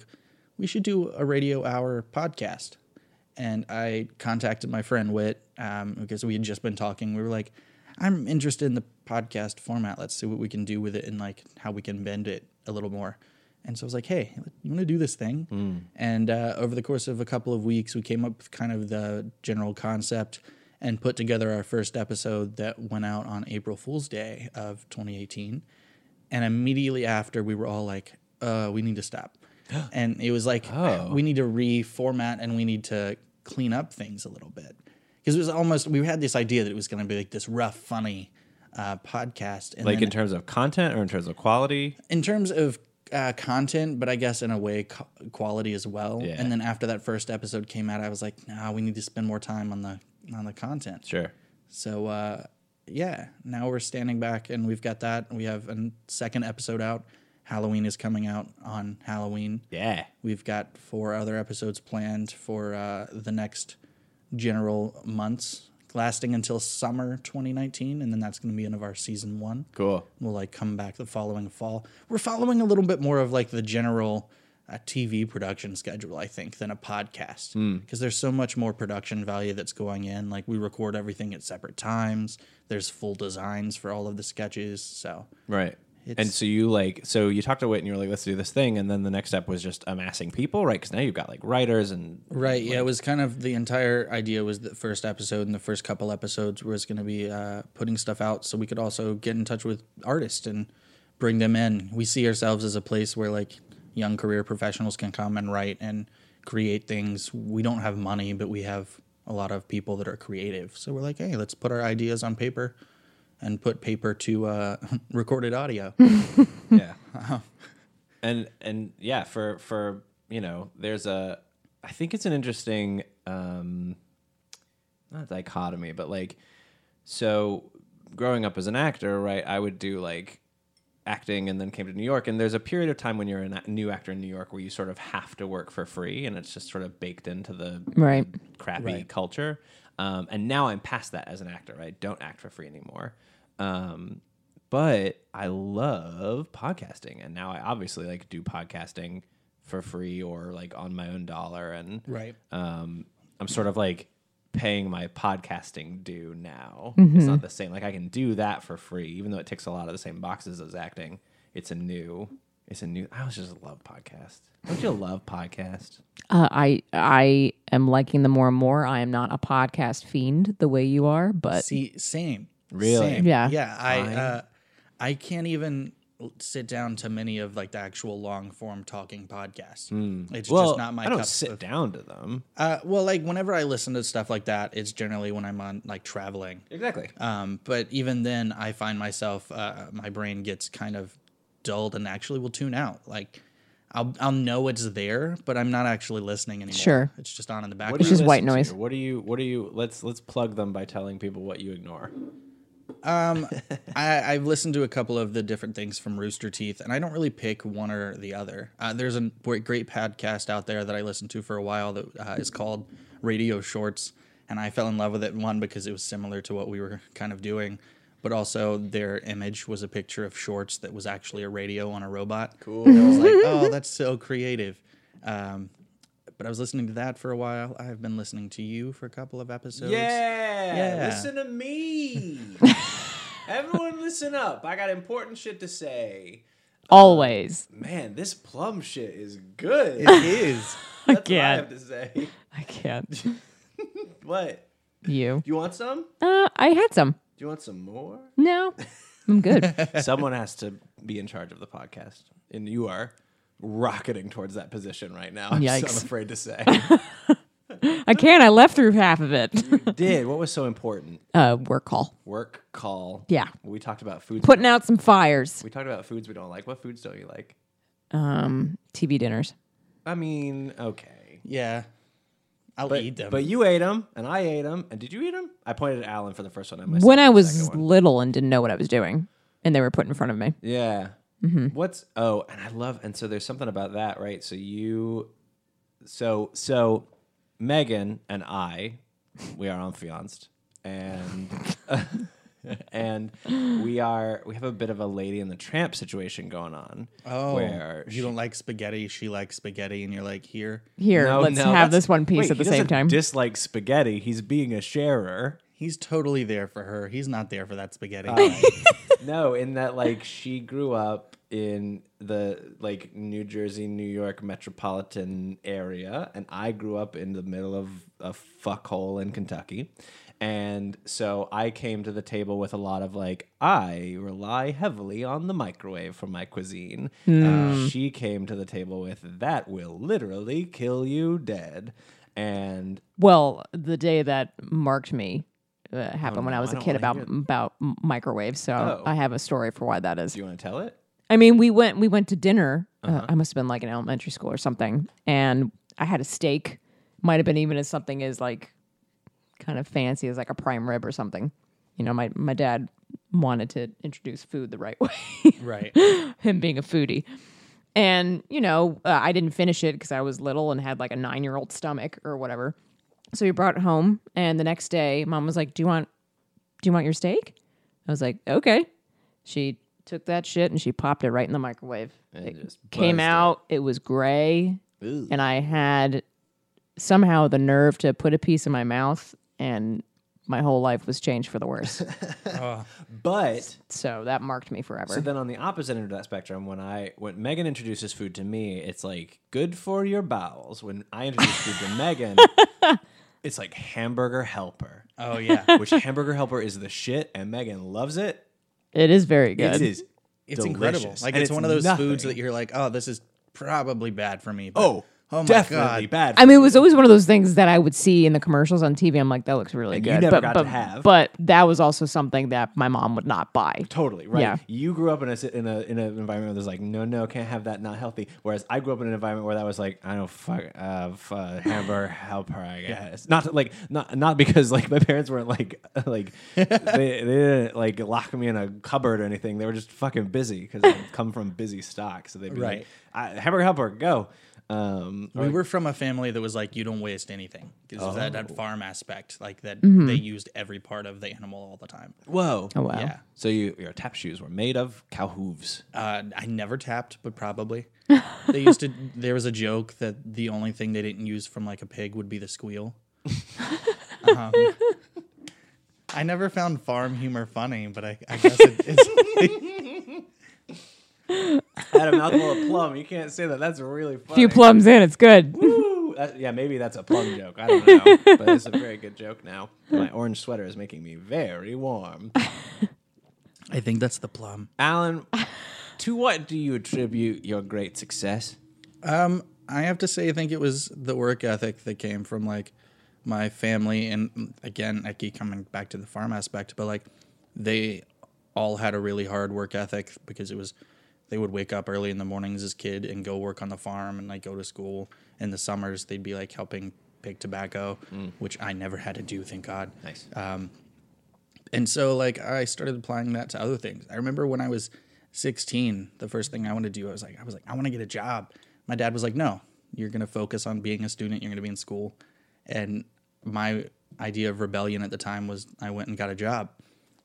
[SPEAKER 1] "We should do a radio hour podcast." And I contacted my friend Wit um, because we had just been talking. We were like, "I'm interested in the podcast format. Let's see what we can do with it and like how we can bend it a little more." And so I was like, hey, you want to do this thing? And uh, over the course of a couple of weeks, we came up with kind of the general concept and put together our first episode that went out on April Fool's Day of 2018. And immediately after, we were all like, uh, we need to stop. and it was like, we need to reformat and we need to clean up things a little bit. Because it was almost, we had this idea that it was going to be like this rough, funny uh, podcast. And
[SPEAKER 3] like
[SPEAKER 1] then
[SPEAKER 3] in terms of content or in terms of quality.
[SPEAKER 1] in terms of uh, content, but I guess in a way co- quality as well.
[SPEAKER 3] Yeah.
[SPEAKER 1] And then after that first episode came out, I was like, nah, we need to spend more time on the on the content.
[SPEAKER 3] Sure.
[SPEAKER 1] So uh, yeah, now we're standing back and we've got that. We have a second episode out. Halloween is coming out on Halloween.
[SPEAKER 3] Yeah.
[SPEAKER 1] We've got four other episodes planned for uh, the next general months, lasting until summer 2019, and then that's going to be end of our season one
[SPEAKER 3] Cool.
[SPEAKER 1] will like come back the following fall. We're following a little bit more of like the general uh, TV production schedule, I think, than a podcast because there's so much more production value that's going in. Like we record everything at separate times. There's full designs for all of the sketches. So
[SPEAKER 3] Right. and
[SPEAKER 1] It's-
[SPEAKER 3] so you like so you talked to Wit and you were like, let's do this thing, and then the next step was just amassing people, right? Because now you've got like writers and
[SPEAKER 1] right, yeah, it was kind of the entire idea was the first episode and the first couple episodes was going to be uh, putting stuff out so we could also get in touch with artists and bring them in. We see ourselves as a place where like young career professionals can come and write and create things. We don't have money, but we have a lot of people that are creative. So we're like, hey, let's put our ideas on paper and put paper to uh, [laughs] recorded audio.
[SPEAKER 3] yeah and and yeah for for you know there's a i think it's an interesting um not dichotomy but like so growing up as an actor right i would do like acting and then came to new york and there's a period of time when you're a new actor in new york where you sort of have to work for free and it's just sort of baked into the
[SPEAKER 2] Right.
[SPEAKER 3] crappy culture. Um, and now I'm past that as an actor. I don't act for free anymore. Um, but I love podcasting, and now I obviously like do podcasting for free or like on my own dollar. And
[SPEAKER 1] Right.
[SPEAKER 3] um, I'm sort of like paying my podcasting due now. It's
[SPEAKER 1] Mm-hmm.
[SPEAKER 3] not the same. Like I can do that for free, even though it ticks a lot of the same boxes as acting. It's a new. It's a new. I always just love podcasts. Don't you love podcasts?
[SPEAKER 2] Uh, I I am liking them more and more. I am not a podcast fiend the way you are, but
[SPEAKER 1] See, same.
[SPEAKER 3] Really?
[SPEAKER 1] Same.
[SPEAKER 2] Yeah.
[SPEAKER 1] Yeah. I uh, I can't even l- sit down to many of like the actual long form talking podcasts. It's just not my
[SPEAKER 3] Hmm. I don't
[SPEAKER 1] cup.
[SPEAKER 3] sit
[SPEAKER 1] of-
[SPEAKER 3] down to them.
[SPEAKER 1] uh, well, like whenever I listen to stuff like that, it's generally when I'm on like traveling.
[SPEAKER 3] Exactly.
[SPEAKER 1] Um, but even then, I find myself uh, my brain gets kind of dulled and actually will tune out. Like I'll I'll know it's there, but I'm not actually listening anymore.
[SPEAKER 2] Sure.
[SPEAKER 1] it's just on in the
[SPEAKER 3] What
[SPEAKER 1] background.
[SPEAKER 3] do you
[SPEAKER 2] is white
[SPEAKER 3] listen to?
[SPEAKER 2] noise.
[SPEAKER 3] What do you? What do you? Let's let's plug them by telling people what you ignore.
[SPEAKER 1] Um, I, I've listened to a couple of the different things from Rooster Teeth, and I don't really pick one or the other. Uh, there's a great great podcast out there that I listened to for a while that uh, is called Radio Shorts, and I fell in love with it one because it was similar to what we were kind of doing, but also their image was a picture of shorts that was actually a radio on a robot. Cool. And I was like, oh, that's so creative. Um, but I was listening to that for a while. I've been listening to you for a couple of episodes.
[SPEAKER 3] Yeah,
[SPEAKER 1] Yeah.
[SPEAKER 3] Listen to [laughs] me. Everyone, listen up. I got important shit to say.
[SPEAKER 2] always.
[SPEAKER 3] Man, this plum shit is [laughs] good.
[SPEAKER 1] It is.
[SPEAKER 2] I
[SPEAKER 3] That's what I have
[SPEAKER 2] can't.
[SPEAKER 3] to say.
[SPEAKER 2] I can't.
[SPEAKER 3] What?
[SPEAKER 2] You.
[SPEAKER 3] You want some?
[SPEAKER 2] [laughs]
[SPEAKER 3] Do
[SPEAKER 2] Uh, I had some.
[SPEAKER 3] you want some more?
[SPEAKER 2] No, I'm good.
[SPEAKER 3] [laughs] Someone has to be in charge of the podcast, and you are rocketing towards that position right now. [laughs] I'm, just-
[SPEAKER 2] [laughs]
[SPEAKER 3] I'm
[SPEAKER 2] Yikes.
[SPEAKER 3] afraid to say.
[SPEAKER 2] I can't. I left through half of it. [laughs]
[SPEAKER 3] Did what was so important?
[SPEAKER 2] uh, work call.
[SPEAKER 3] Work call.
[SPEAKER 2] Yeah.
[SPEAKER 3] We talked about foods.
[SPEAKER 2] Putting out some fires.
[SPEAKER 3] we talked about foods we don't like. What foods don't you like?
[SPEAKER 2] Um, TV dinners.
[SPEAKER 3] I mean, okay.
[SPEAKER 1] Yeah. I'll
[SPEAKER 3] But,
[SPEAKER 1] eat them.
[SPEAKER 3] but you ate them, and I ate them, and did you eat them? I pointed at Alan for the first one. And myself
[SPEAKER 2] When
[SPEAKER 3] for
[SPEAKER 2] I
[SPEAKER 3] the
[SPEAKER 2] was
[SPEAKER 3] second one.
[SPEAKER 2] little and didn't know what I was doing, and they were put in front of me.
[SPEAKER 3] yeah.
[SPEAKER 2] Mm-hmm.
[SPEAKER 3] What's oh, and I love and so there's something about that, right? So you, so so, Megan and I, we are unfianced, and [laughs] and we are we have a bit of a lady and the tramp situation going on.
[SPEAKER 1] oh,
[SPEAKER 3] where
[SPEAKER 1] you don't like spaghetti. She likes spaghetti, and you're like, here.
[SPEAKER 2] Here,
[SPEAKER 3] No,
[SPEAKER 2] let's
[SPEAKER 3] no,
[SPEAKER 2] have
[SPEAKER 3] that's-
[SPEAKER 2] this one piece
[SPEAKER 3] wait,
[SPEAKER 2] at the
[SPEAKER 3] he
[SPEAKER 2] same
[SPEAKER 3] doesn't
[SPEAKER 2] time.
[SPEAKER 3] Dislike spaghetti. He's being a sharer.
[SPEAKER 1] He's totally there for her. He's not there for that spaghetti.
[SPEAKER 3] no, in that like she grew up in the like New Jersey, New York metropolitan area, and I grew up in the middle of a fuckhole in Kentucky. And so I came to the table with a lot of like, I rely heavily on the microwave for my cuisine.
[SPEAKER 2] Hmm.
[SPEAKER 3] Uh, she came to the table with, that will literally kill you dead. And
[SPEAKER 2] Well, the day that marked me uh, happened when I was
[SPEAKER 3] Oh, I
[SPEAKER 2] a
[SPEAKER 3] don't
[SPEAKER 2] kid about
[SPEAKER 3] wanna
[SPEAKER 2] about m- microwaves. So
[SPEAKER 3] Oh.
[SPEAKER 2] I have a story for why that is.
[SPEAKER 3] do you Uh-huh. want to tell it?
[SPEAKER 2] I mean, we went we went to dinner. uh I must have been like in elementary school or something, and I had a steak. Might have been even as something as like kind of fancy as like a prime rib or something. You know, my my dad wanted to introduce food the right [laughs] way.
[SPEAKER 3] [laughs]
[SPEAKER 1] right.
[SPEAKER 2] him being a foodie. And, you know, uh, I didn't finish it because I was little and had like a nine year old stomach or whatever. So we brought it home. And the next day, mom was like, Do you want, do you want your steak? I was like, Okay. She took that shit and she popped it right in the microwave.
[SPEAKER 3] And just
[SPEAKER 2] Came
[SPEAKER 3] buzzed it.
[SPEAKER 2] out, it was gray.
[SPEAKER 3] Ooh.
[SPEAKER 2] And I had somehow the nerve to put a piece in my mouth and my whole life was changed for the worse.
[SPEAKER 3] But
[SPEAKER 2] so that marked me forever.
[SPEAKER 3] So then on the opposite end of that spectrum, when I when Megan introduces food to me, it's like good for your bowels. When I introduce food to Megan,
[SPEAKER 1] [laughs]
[SPEAKER 3] it's like hamburger helper.
[SPEAKER 1] Oh yeah. [laughs]
[SPEAKER 3] Which hamburger helper is the shit and Megan loves it.
[SPEAKER 2] it is very good.
[SPEAKER 3] It is
[SPEAKER 1] It's incredible.
[SPEAKER 3] delicious,
[SPEAKER 1] Like
[SPEAKER 3] and
[SPEAKER 1] it's, one of those foods
[SPEAKER 3] nothing-
[SPEAKER 1] that you're like, oh, this is probably bad for me. but-
[SPEAKER 3] Oh,
[SPEAKER 1] oh my
[SPEAKER 3] definitely
[SPEAKER 1] god.
[SPEAKER 3] bad.
[SPEAKER 2] I mean, it was always one of those things that I would see in the commercials on TV. I'm like, that looks really
[SPEAKER 3] you
[SPEAKER 2] good.
[SPEAKER 3] never
[SPEAKER 2] but,
[SPEAKER 3] got
[SPEAKER 2] but,
[SPEAKER 3] to have.
[SPEAKER 2] but that was also something that my mom would not buy.
[SPEAKER 3] Totally right.
[SPEAKER 2] Yeah.
[SPEAKER 3] You grew up in a si- in a in an environment where there's like no no can't have that not healthy. Whereas I grew up in an environment where that was like I don't fuck uh, f- uh hamburger helper I guess not like not not because like my parents weren't like like they, they didn't like lock me in a cupboard or anything. They were just fucking busy because I come from busy stock. So they'd be
[SPEAKER 1] Right.
[SPEAKER 3] like I, hamburger helper go. Um,
[SPEAKER 1] We were from a family that was like, you don't waste anything. Because that,
[SPEAKER 3] Oh.
[SPEAKER 1] that farm aspect, like that they used every part of the animal all the time.
[SPEAKER 3] whoa.
[SPEAKER 2] Oh, wow.
[SPEAKER 1] Yeah.
[SPEAKER 3] So you, your tap shoes were made of cow hooves.
[SPEAKER 1] Uh, I never tapped, but probably. [laughs] they used to. There was a joke that the only thing they didn't use from like a pig would be the squeal. um, I never found farm humor funny, but I, I guess it, it's. [laughs]
[SPEAKER 3] I had a mouthful of plum. You can't say that. That's really funny.
[SPEAKER 2] Few plums in, it's good.
[SPEAKER 3] Ooh, that- yeah, maybe that's a plum joke. I don't know, but it's a very good joke now. My orange sweater is making me very warm.
[SPEAKER 1] I think that's the plum.
[SPEAKER 3] Alan, to what do you attribute your great success?
[SPEAKER 1] Um, I have to say, I think it was the work ethic that came from like my family, and again, I keep coming back to the farm aspect, but like they all had a really hard work ethic because it was they would wake up early in the mornings as kid and go work on the farm and like go to school. In the summers, they'd be like helping pick tobacco, which I never had to do, thank God.
[SPEAKER 3] Nice.
[SPEAKER 1] And so like I started applying that to other things. I remember when I was 16, the first thing I wanted to do, I was like, I was like, I want to get a job. My dad was like, No, you're gonna focus on being a student. You're gonna be in school. And my idea of rebellion at the time was I went and got a job.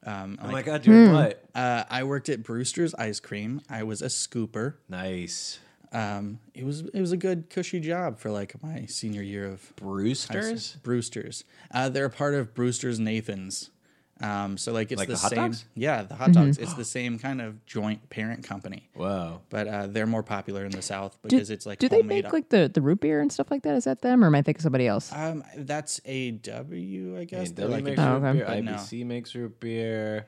[SPEAKER 1] Um,
[SPEAKER 3] oh
[SPEAKER 1] like,
[SPEAKER 3] my god, doing
[SPEAKER 2] Hmm.
[SPEAKER 3] what?
[SPEAKER 1] uh, I worked at Brewster's Ice Cream. I was a scooper.
[SPEAKER 3] Nice.
[SPEAKER 1] Um, it was it was a good cushy job for like my senior year of
[SPEAKER 3] Brewsters?
[SPEAKER 1] Brewsters. Uh, they're a part of Brewsters Nathan's. Um, so like it's
[SPEAKER 3] Like
[SPEAKER 1] the,
[SPEAKER 3] the hot
[SPEAKER 1] same.
[SPEAKER 3] dogs?
[SPEAKER 1] Yeah, the hot
[SPEAKER 2] Mm-hmm.
[SPEAKER 1] dogs. It's the same kind of joint parent company,
[SPEAKER 3] Whoa.
[SPEAKER 1] but uh, they're more popular in the South because it's like
[SPEAKER 2] Do they
[SPEAKER 1] homemade.
[SPEAKER 2] make like the, the root beer and stuff like that? Is that them or am I thinking somebody else?
[SPEAKER 3] Uh,
[SPEAKER 1] um, that's AW, I guess. They're
[SPEAKER 3] W
[SPEAKER 1] like
[SPEAKER 3] makes
[SPEAKER 1] a-
[SPEAKER 2] Oh,
[SPEAKER 3] root
[SPEAKER 2] okay.
[SPEAKER 3] beer.
[SPEAKER 1] no.
[SPEAKER 3] IBC makes root beer.
[SPEAKER 2] Hmm.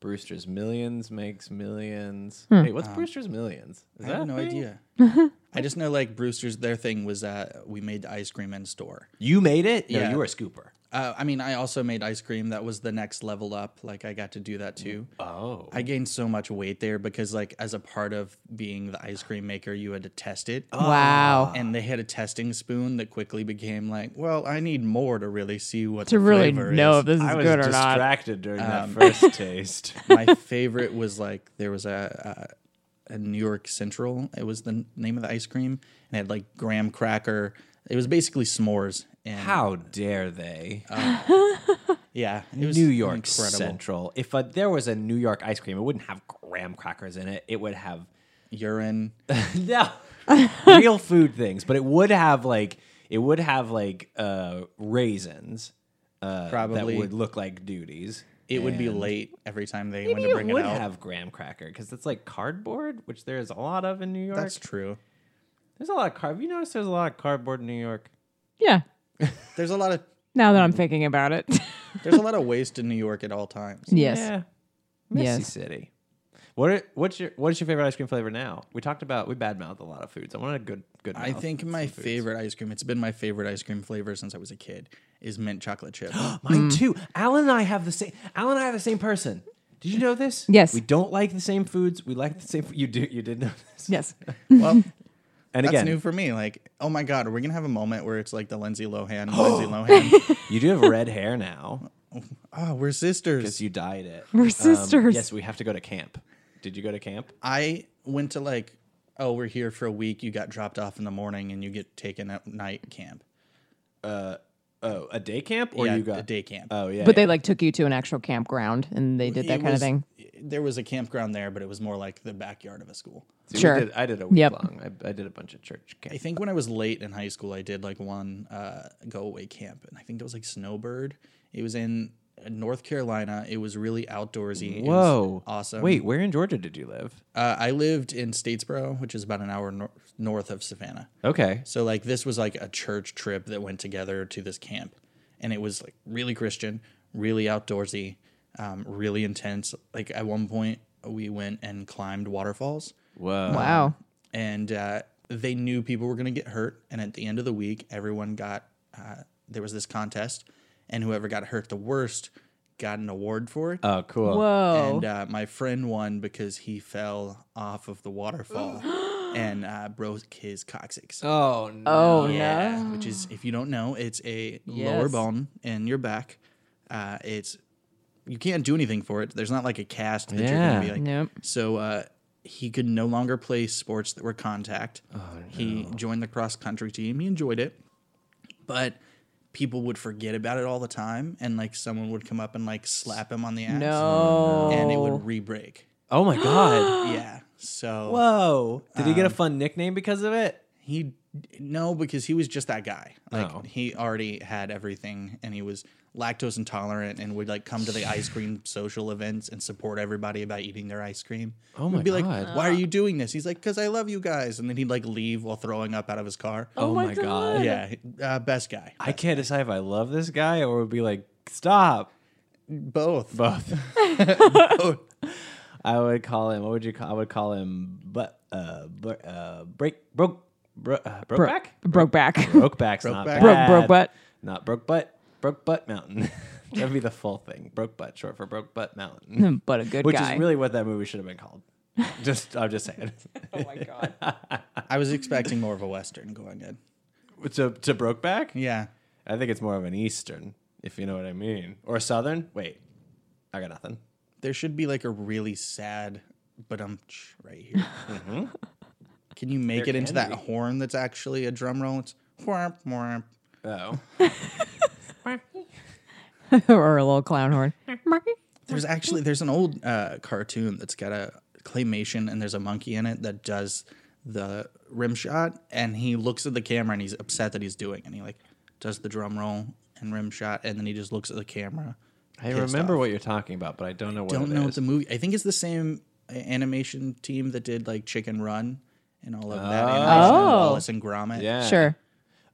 [SPEAKER 3] Brewster's Millions makes millions. Wait, what's Brewster's Millions?
[SPEAKER 1] Um,
[SPEAKER 3] Is
[SPEAKER 1] I have
[SPEAKER 3] that a
[SPEAKER 1] no
[SPEAKER 3] thing?
[SPEAKER 2] [laughs]
[SPEAKER 1] idea. I just know like Brewster's. Their thing was uh, we made ice cream in store.
[SPEAKER 3] You made it? No,
[SPEAKER 1] Yeah.
[SPEAKER 3] you were a scooper.
[SPEAKER 1] Uh, I mean, I also made ice cream. That was the next level up. Like I got to do that too.
[SPEAKER 3] Oh.
[SPEAKER 1] I gained so much weight there because like as a part of being the ice cream maker, you had to test it.
[SPEAKER 3] Ah.
[SPEAKER 2] Wow.
[SPEAKER 1] And they had a testing spoon that quickly became like, well, I need more to really see what
[SPEAKER 2] to
[SPEAKER 1] the
[SPEAKER 2] really
[SPEAKER 1] flavor
[SPEAKER 2] know
[SPEAKER 1] is.
[SPEAKER 2] if this is
[SPEAKER 3] I was
[SPEAKER 2] good or not.
[SPEAKER 3] distracted during
[SPEAKER 1] Um, [laughs]
[SPEAKER 3] that first taste.
[SPEAKER 1] my favorite was like there was a, a a New York Central. It was the n- name of the ice cream, and it had like graham cracker. It was basically s'mores. And
[SPEAKER 3] How dare they?
[SPEAKER 1] Yeah, it was
[SPEAKER 3] New York
[SPEAKER 1] incredible.
[SPEAKER 3] Central. If uh there was a New York ice cream, it wouldn't have graham crackers in it. It would have [laughs]
[SPEAKER 1] urine.
[SPEAKER 2] [laughs]
[SPEAKER 3] no real food things, but it would have like it would have like uh, raisins. Uh,
[SPEAKER 1] Probably.
[SPEAKER 3] that would look like duties.
[SPEAKER 1] It would be late every time they went
[SPEAKER 3] Maybe
[SPEAKER 1] to bring
[SPEAKER 3] it
[SPEAKER 1] it,
[SPEAKER 3] would
[SPEAKER 1] out.
[SPEAKER 3] have graham cracker because it's like cardboard, which there is a lot of in New York.
[SPEAKER 1] That's true.
[SPEAKER 3] there's a lot of cardboard. You notice there's a lot of cardboard in New York.
[SPEAKER 2] Yeah.
[SPEAKER 1] There's a lot of
[SPEAKER 2] Now that I'm
[SPEAKER 3] Mm.
[SPEAKER 2] thinking about it. [laughs]
[SPEAKER 1] there's a lot of waste in New York at all times.
[SPEAKER 2] yes.
[SPEAKER 3] Yeah. Messy
[SPEAKER 2] Yes.
[SPEAKER 3] city. What are, what's your what is your favorite ice cream flavor now? We talked about we badmouthed a lot of foods. I want a good good.
[SPEAKER 1] I
[SPEAKER 3] mouth
[SPEAKER 1] think
[SPEAKER 3] some
[SPEAKER 1] my
[SPEAKER 3] foods.
[SPEAKER 1] favorite ice cream, it's been my favorite ice cream flavor since I was a kid, is mint chocolate
[SPEAKER 3] [gasps]
[SPEAKER 1] chip.
[SPEAKER 3] Mine
[SPEAKER 2] Mm.
[SPEAKER 3] too. Alan and I have the same. Alan and I have the same person. Did you know this?
[SPEAKER 2] Yes.
[SPEAKER 3] We don't like the same foods. We like the same. Food. You do. You did know this.
[SPEAKER 2] Yes.
[SPEAKER 3] [laughs]
[SPEAKER 1] well,
[SPEAKER 3] And
[SPEAKER 1] that's
[SPEAKER 3] again,
[SPEAKER 1] new for me. Like, oh my God, are we going to have a moment where it's like the Lindsay
[SPEAKER 3] [gasps]
[SPEAKER 1] Lohan, Lindsay
[SPEAKER 3] [laughs]
[SPEAKER 1] Lohan?
[SPEAKER 3] you do have red hair now
[SPEAKER 1] Oh, we're
[SPEAKER 3] because
[SPEAKER 1] sisters.
[SPEAKER 3] you dyed it. Um,
[SPEAKER 2] We're sisters.
[SPEAKER 3] yes, we have to go to camp. Did you go to camp?
[SPEAKER 1] I went to like, oh, we're here for a week. You got dropped off in the morning and you get taken at night camp.
[SPEAKER 3] Oh, a day camp or
[SPEAKER 1] yeah,
[SPEAKER 3] you got
[SPEAKER 1] a day camp.
[SPEAKER 3] Oh yeah.
[SPEAKER 2] But they like took you to an actual campground and they did that
[SPEAKER 1] It
[SPEAKER 2] kind
[SPEAKER 1] was-
[SPEAKER 2] of thing.
[SPEAKER 1] There was a campground there, but it was more like the backyard of a school.
[SPEAKER 3] See, we
[SPEAKER 2] Sure.
[SPEAKER 3] did- I did a week
[SPEAKER 2] Yep.
[SPEAKER 3] long. I, I did a bunch of church
[SPEAKER 1] I
[SPEAKER 3] camp.
[SPEAKER 1] think when I was late in high school, I did like one uh, go away camp, and I think it was like Snowbird. It was in uh, North Carolina. It was really outdoorsy. It was
[SPEAKER 3] Whoa.
[SPEAKER 1] awesome.
[SPEAKER 3] Wait, where in Georgia did you live?
[SPEAKER 1] uh, I lived in Statesboro, which is about an hour nor- north of Savannah.
[SPEAKER 3] Okay.
[SPEAKER 1] So like this was like a church trip that went together to this camp, and it was like really Christian, really outdoorsy, um, really intense. Like at one point, we went and climbed waterfalls
[SPEAKER 3] Whoa.
[SPEAKER 2] Wow.
[SPEAKER 1] and uh, they knew people were going to get hurt. And at the end of the week, everyone got uh, there was this contest, and whoever got hurt the worst got an award for it.
[SPEAKER 3] Oh, cool.
[SPEAKER 2] Whoa.
[SPEAKER 1] and uh, my friend won because he fell off of the waterfall and uh, broke his coccyx.
[SPEAKER 3] Oh no.
[SPEAKER 2] oh
[SPEAKER 1] Yeah,
[SPEAKER 2] no.
[SPEAKER 1] which is if you don't know, it's a lower
[SPEAKER 2] Yes.
[SPEAKER 1] bone in your back. Uh, it's you can't do anything for it. There's not like a cast that you're
[SPEAKER 3] Yeah.
[SPEAKER 1] gonna be like.
[SPEAKER 2] Nope.
[SPEAKER 1] So uh, he could no longer play sports that were contact. He joined the cross country team. He enjoyed it, but people would forget about it all the time, and like someone would come up and like slap him on the ass,
[SPEAKER 2] No.
[SPEAKER 1] and it would re-break.
[SPEAKER 3] Oh my
[SPEAKER 2] [gasps]
[SPEAKER 3] god.
[SPEAKER 1] yeah. So
[SPEAKER 3] Whoa. Did he
[SPEAKER 1] Um,
[SPEAKER 3] get a fun nickname because of it?
[SPEAKER 1] He no, because he was just that guy. Like
[SPEAKER 3] Oh.
[SPEAKER 1] he already had everything, and he was lactose intolerant, and would like come to the ice
[SPEAKER 3] [sighs]
[SPEAKER 1] cream social events and support everybody about eating their ice cream.
[SPEAKER 3] Oh
[SPEAKER 1] We'd
[SPEAKER 3] my
[SPEAKER 1] be
[SPEAKER 3] God.
[SPEAKER 1] like, why are you doing this? He's like, because I love you guys, and then he'd like leave while throwing up out of his car.
[SPEAKER 2] Oh my God.
[SPEAKER 1] yeah, uh, best guy.
[SPEAKER 3] I can't decide if I love this guy or would be like, stop.
[SPEAKER 1] Both.
[SPEAKER 3] Both.
[SPEAKER 2] [laughs]
[SPEAKER 3] I would call him. What would you call? I would call him. But uh, but uh, break broke bro, uh, broke back.
[SPEAKER 2] Broke back. [laughs]
[SPEAKER 3] Broke back's not
[SPEAKER 1] back.
[SPEAKER 2] Broke-
[SPEAKER 3] bad.
[SPEAKER 2] broke butt.
[SPEAKER 3] Not broke butt. Broke butt mountain. [laughs] That'd be the full thing. Broke butt, short for broke butt mountain.
[SPEAKER 2] but a good
[SPEAKER 3] Which
[SPEAKER 2] guy.
[SPEAKER 3] is really what that movie should have
[SPEAKER 2] [laughs]
[SPEAKER 3] been called. Just I'm just saying. [laughs]
[SPEAKER 2] oh my god.
[SPEAKER 1] I was expecting more of a western going in.
[SPEAKER 3] to to broke back.
[SPEAKER 1] Yeah.
[SPEAKER 3] I think it's more of an Eastern, if you know what I mean. Or Southern. Wait, I
[SPEAKER 2] [laughs]
[SPEAKER 3] got nothing.
[SPEAKER 1] There should be like a really sad, but um, right here. Can you make
[SPEAKER 3] Mm-hmm. There
[SPEAKER 1] it into
[SPEAKER 3] can
[SPEAKER 1] that horn that's actually a drum roll? It's whomp, whomp.
[SPEAKER 3] Oh.
[SPEAKER 2] [laughs] or a little clown horn.
[SPEAKER 3] Uh,
[SPEAKER 1] There's actually there's an old uh, cartoon that's got a claymation and there's a monkey in it that does the rim shot and he looks at the camera and he's upset that he's doing it. and he like does the drum roll and rim shot and then he just looks at the camera.
[SPEAKER 3] I remember what you're talking about, but I don't know what
[SPEAKER 1] Don't
[SPEAKER 3] it
[SPEAKER 1] know what
[SPEAKER 3] is.
[SPEAKER 1] the movie. I think it's the same uh, animation team that did like Chicken Run and all of that animation, and
[SPEAKER 2] Oh.
[SPEAKER 1] Wallace and Gromit.
[SPEAKER 3] yeah.
[SPEAKER 2] Sure.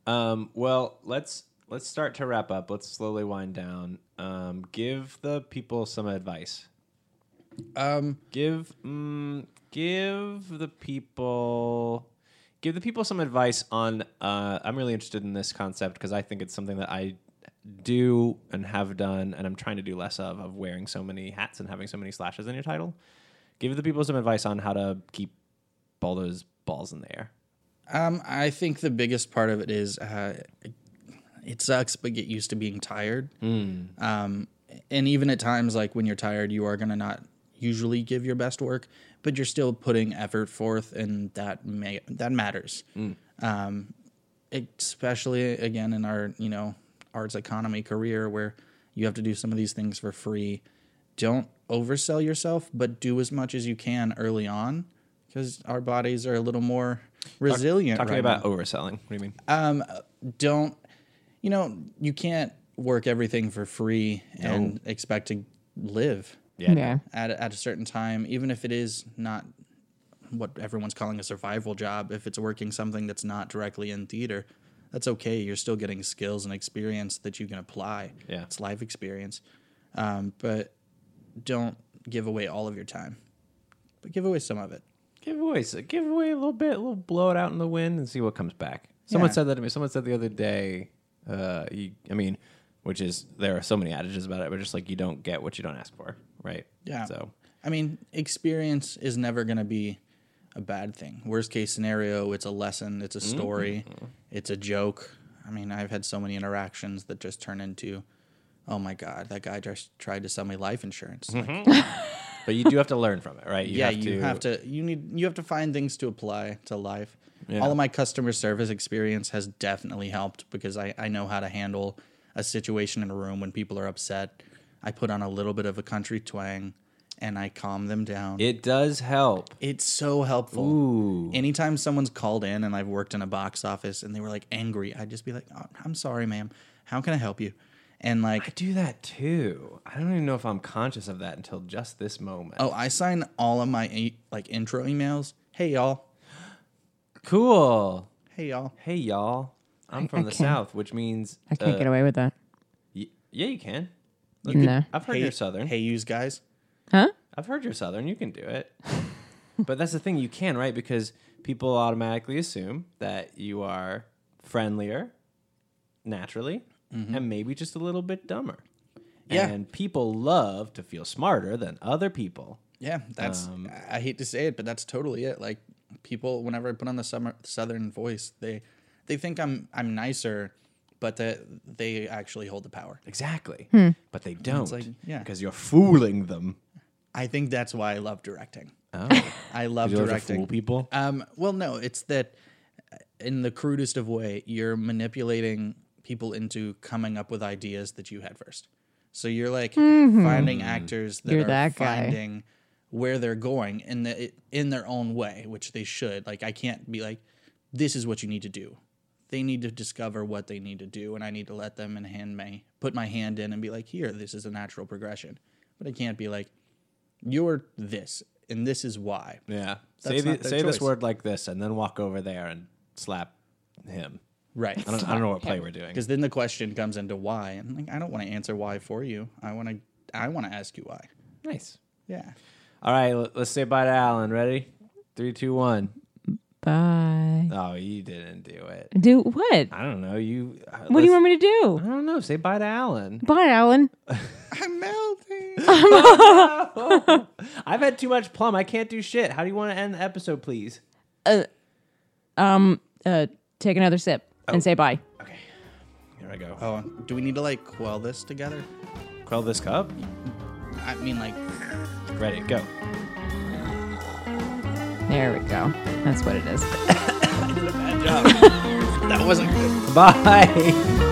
[SPEAKER 3] Um, well, let's let's start to wrap up. Let's slowly wind down. Um, give the people some advice.
[SPEAKER 1] Um,
[SPEAKER 3] Give mm, give the people Give the people some advice on. Uh, I'm really interested in this concept because I think it's something that I do and have done, and I'm trying to do less of of wearing so many hats and having so many slashes in your title. Give the people some advice on how to keep all those balls in the air.
[SPEAKER 1] Um, I think the biggest part of it is uh, it sucks, but get used to being tired.
[SPEAKER 3] Hmm.
[SPEAKER 1] Um, and even at times, like when you're tired, you are going to not usually give your best work, but you're still putting effort forth, and that may, that matters.
[SPEAKER 3] Hmm.
[SPEAKER 1] Um, especially again in our you know arts economy career where you have to do some of these things for free. Don't oversell yourself, but do as much as you can early on because our bodies are a little more resilient.
[SPEAKER 3] Talking
[SPEAKER 1] right now
[SPEAKER 3] about overselling. What do you mean?
[SPEAKER 1] um, don't you know you can't work everything for free and expect to live
[SPEAKER 3] Yeah.
[SPEAKER 1] at a, at a certain time even if it is not what everyone's calling a survival job if it's working something that's not directly in theater that's okay you're still getting skills and experience that you can apply
[SPEAKER 3] Yeah.
[SPEAKER 1] it's life experience um, but don't give away all of your time but give away some of it
[SPEAKER 3] give away so give away a little bit, a little blow it out in the wind and see what comes back. Someone
[SPEAKER 1] Yeah.
[SPEAKER 3] said that to me. Someone said the other day, uh, you, I mean, which is there are so many adages about it, but just like you don't get what you don't ask for, right?
[SPEAKER 1] Yeah.
[SPEAKER 3] So
[SPEAKER 1] I mean, experience is never going to be a bad thing. Worst case scenario, it's a lesson, it's a story, it's a joke. I mean, I've had so many interactions that just turn into, oh my God, that guy just tried to sell me life insurance. Like,
[SPEAKER 3] but you do have to learn from it, right? You
[SPEAKER 1] yeah, you have to, you need, you have to find things to apply to life.
[SPEAKER 3] Yeah.
[SPEAKER 1] All of my customer service experience has definitely helped because I, I know how to handle a situation in a room when people are upset. I put on a little bit of a country twang and I calm them down.
[SPEAKER 3] It does help.
[SPEAKER 1] It's so helpful.
[SPEAKER 3] Ooh.
[SPEAKER 1] Anytime someone's called in and I've worked in a box office and they were like angry, I'd just be like, oh, I'm sorry, ma'am. How can I help you? And
[SPEAKER 3] I
[SPEAKER 1] like,
[SPEAKER 3] do that too. I don't even know if I'm conscious of that until just this moment.
[SPEAKER 1] oh, I sign all of my e- like intro emails. Hey, y'all.
[SPEAKER 3] cool.
[SPEAKER 1] Hey, y'all.
[SPEAKER 3] Hey, y'all. I'm from
[SPEAKER 2] I
[SPEAKER 3] the
[SPEAKER 2] can't-
[SPEAKER 3] South, which means
[SPEAKER 2] I can't
[SPEAKER 3] uh,
[SPEAKER 2] get away with that.
[SPEAKER 3] y- yeah, you can.
[SPEAKER 2] No.
[SPEAKER 3] I've heard
[SPEAKER 1] hey,
[SPEAKER 3] you're Southern.
[SPEAKER 1] Hey, yous guys.
[SPEAKER 2] Huh?
[SPEAKER 3] I've heard you're Southern. You can do it. but that's the thing, you can, right? Because people automatically assume that you are friendlier naturally and maybe just a little bit dumber.
[SPEAKER 1] Mm-hmm. Yeah.
[SPEAKER 3] And people love to feel smarter than other people.
[SPEAKER 1] Yeah, that's.
[SPEAKER 3] Um,
[SPEAKER 1] I- I hate to say it, but that's totally it. Like people, whenever I put on the summer southern voice, they they think I'm I'm nicer, but that they actually hold the power.
[SPEAKER 3] Exactly. But they don't.
[SPEAKER 1] like, yeah.
[SPEAKER 3] Because you're fooling them.
[SPEAKER 1] I think that's why I love directing.
[SPEAKER 3] [laughs] Oh.
[SPEAKER 1] I love
[SPEAKER 3] you love to
[SPEAKER 1] directing.
[SPEAKER 3] fool people?
[SPEAKER 1] Um, well, no, it's that uh, in the crudest of way, you're manipulating people into coming up with ideas that you had first. So you're like finding actors that
[SPEAKER 2] Mm-hmm. You're
[SPEAKER 1] are
[SPEAKER 2] that guy.
[SPEAKER 1] finding where they're going in the in their own way, which they should. Like I can't be like, this is what you need to do. They need to discover what they need to do, and I need to let them and hand my put my hand in and be like, here, this is a natural progression. But I can't be like, you're this, and this is why.
[SPEAKER 3] Yeah.
[SPEAKER 1] That's
[SPEAKER 3] say the-
[SPEAKER 1] not their
[SPEAKER 3] say this
[SPEAKER 1] choice.
[SPEAKER 3] word like this and then walk over there and slap him.
[SPEAKER 1] Right.
[SPEAKER 3] I don't, I don't know what play we're doing.
[SPEAKER 1] because then the question comes into why and like i don't want to answer why for you i want to i want to ask you why
[SPEAKER 3] Nice.
[SPEAKER 1] yeah
[SPEAKER 3] All right, l- let's say bye to Alan. Ready? Three, two, one.
[SPEAKER 2] Bye.
[SPEAKER 3] Oh, you didn't do it.
[SPEAKER 2] Do what?
[SPEAKER 3] I don't know. You. uh,
[SPEAKER 2] What do
[SPEAKER 3] let's-
[SPEAKER 2] you want me to do?
[SPEAKER 3] I don't know. Say bye to Alan.
[SPEAKER 2] Bye, Alan.
[SPEAKER 1] i'm melting
[SPEAKER 3] I've had too much plum. I can't do shit. How do you want to end the episode, please?
[SPEAKER 2] Uh, take another sip
[SPEAKER 3] Oh.
[SPEAKER 2] and say bye.
[SPEAKER 3] Okay. Here I go.
[SPEAKER 1] oh do we need to like quell this together
[SPEAKER 3] Quell this cup.
[SPEAKER 1] i mean like [laughs]
[SPEAKER 3] Ready? Go.
[SPEAKER 2] There we go. That's what it is.
[SPEAKER 1] that wasn't good
[SPEAKER 3] Bye. [laughs]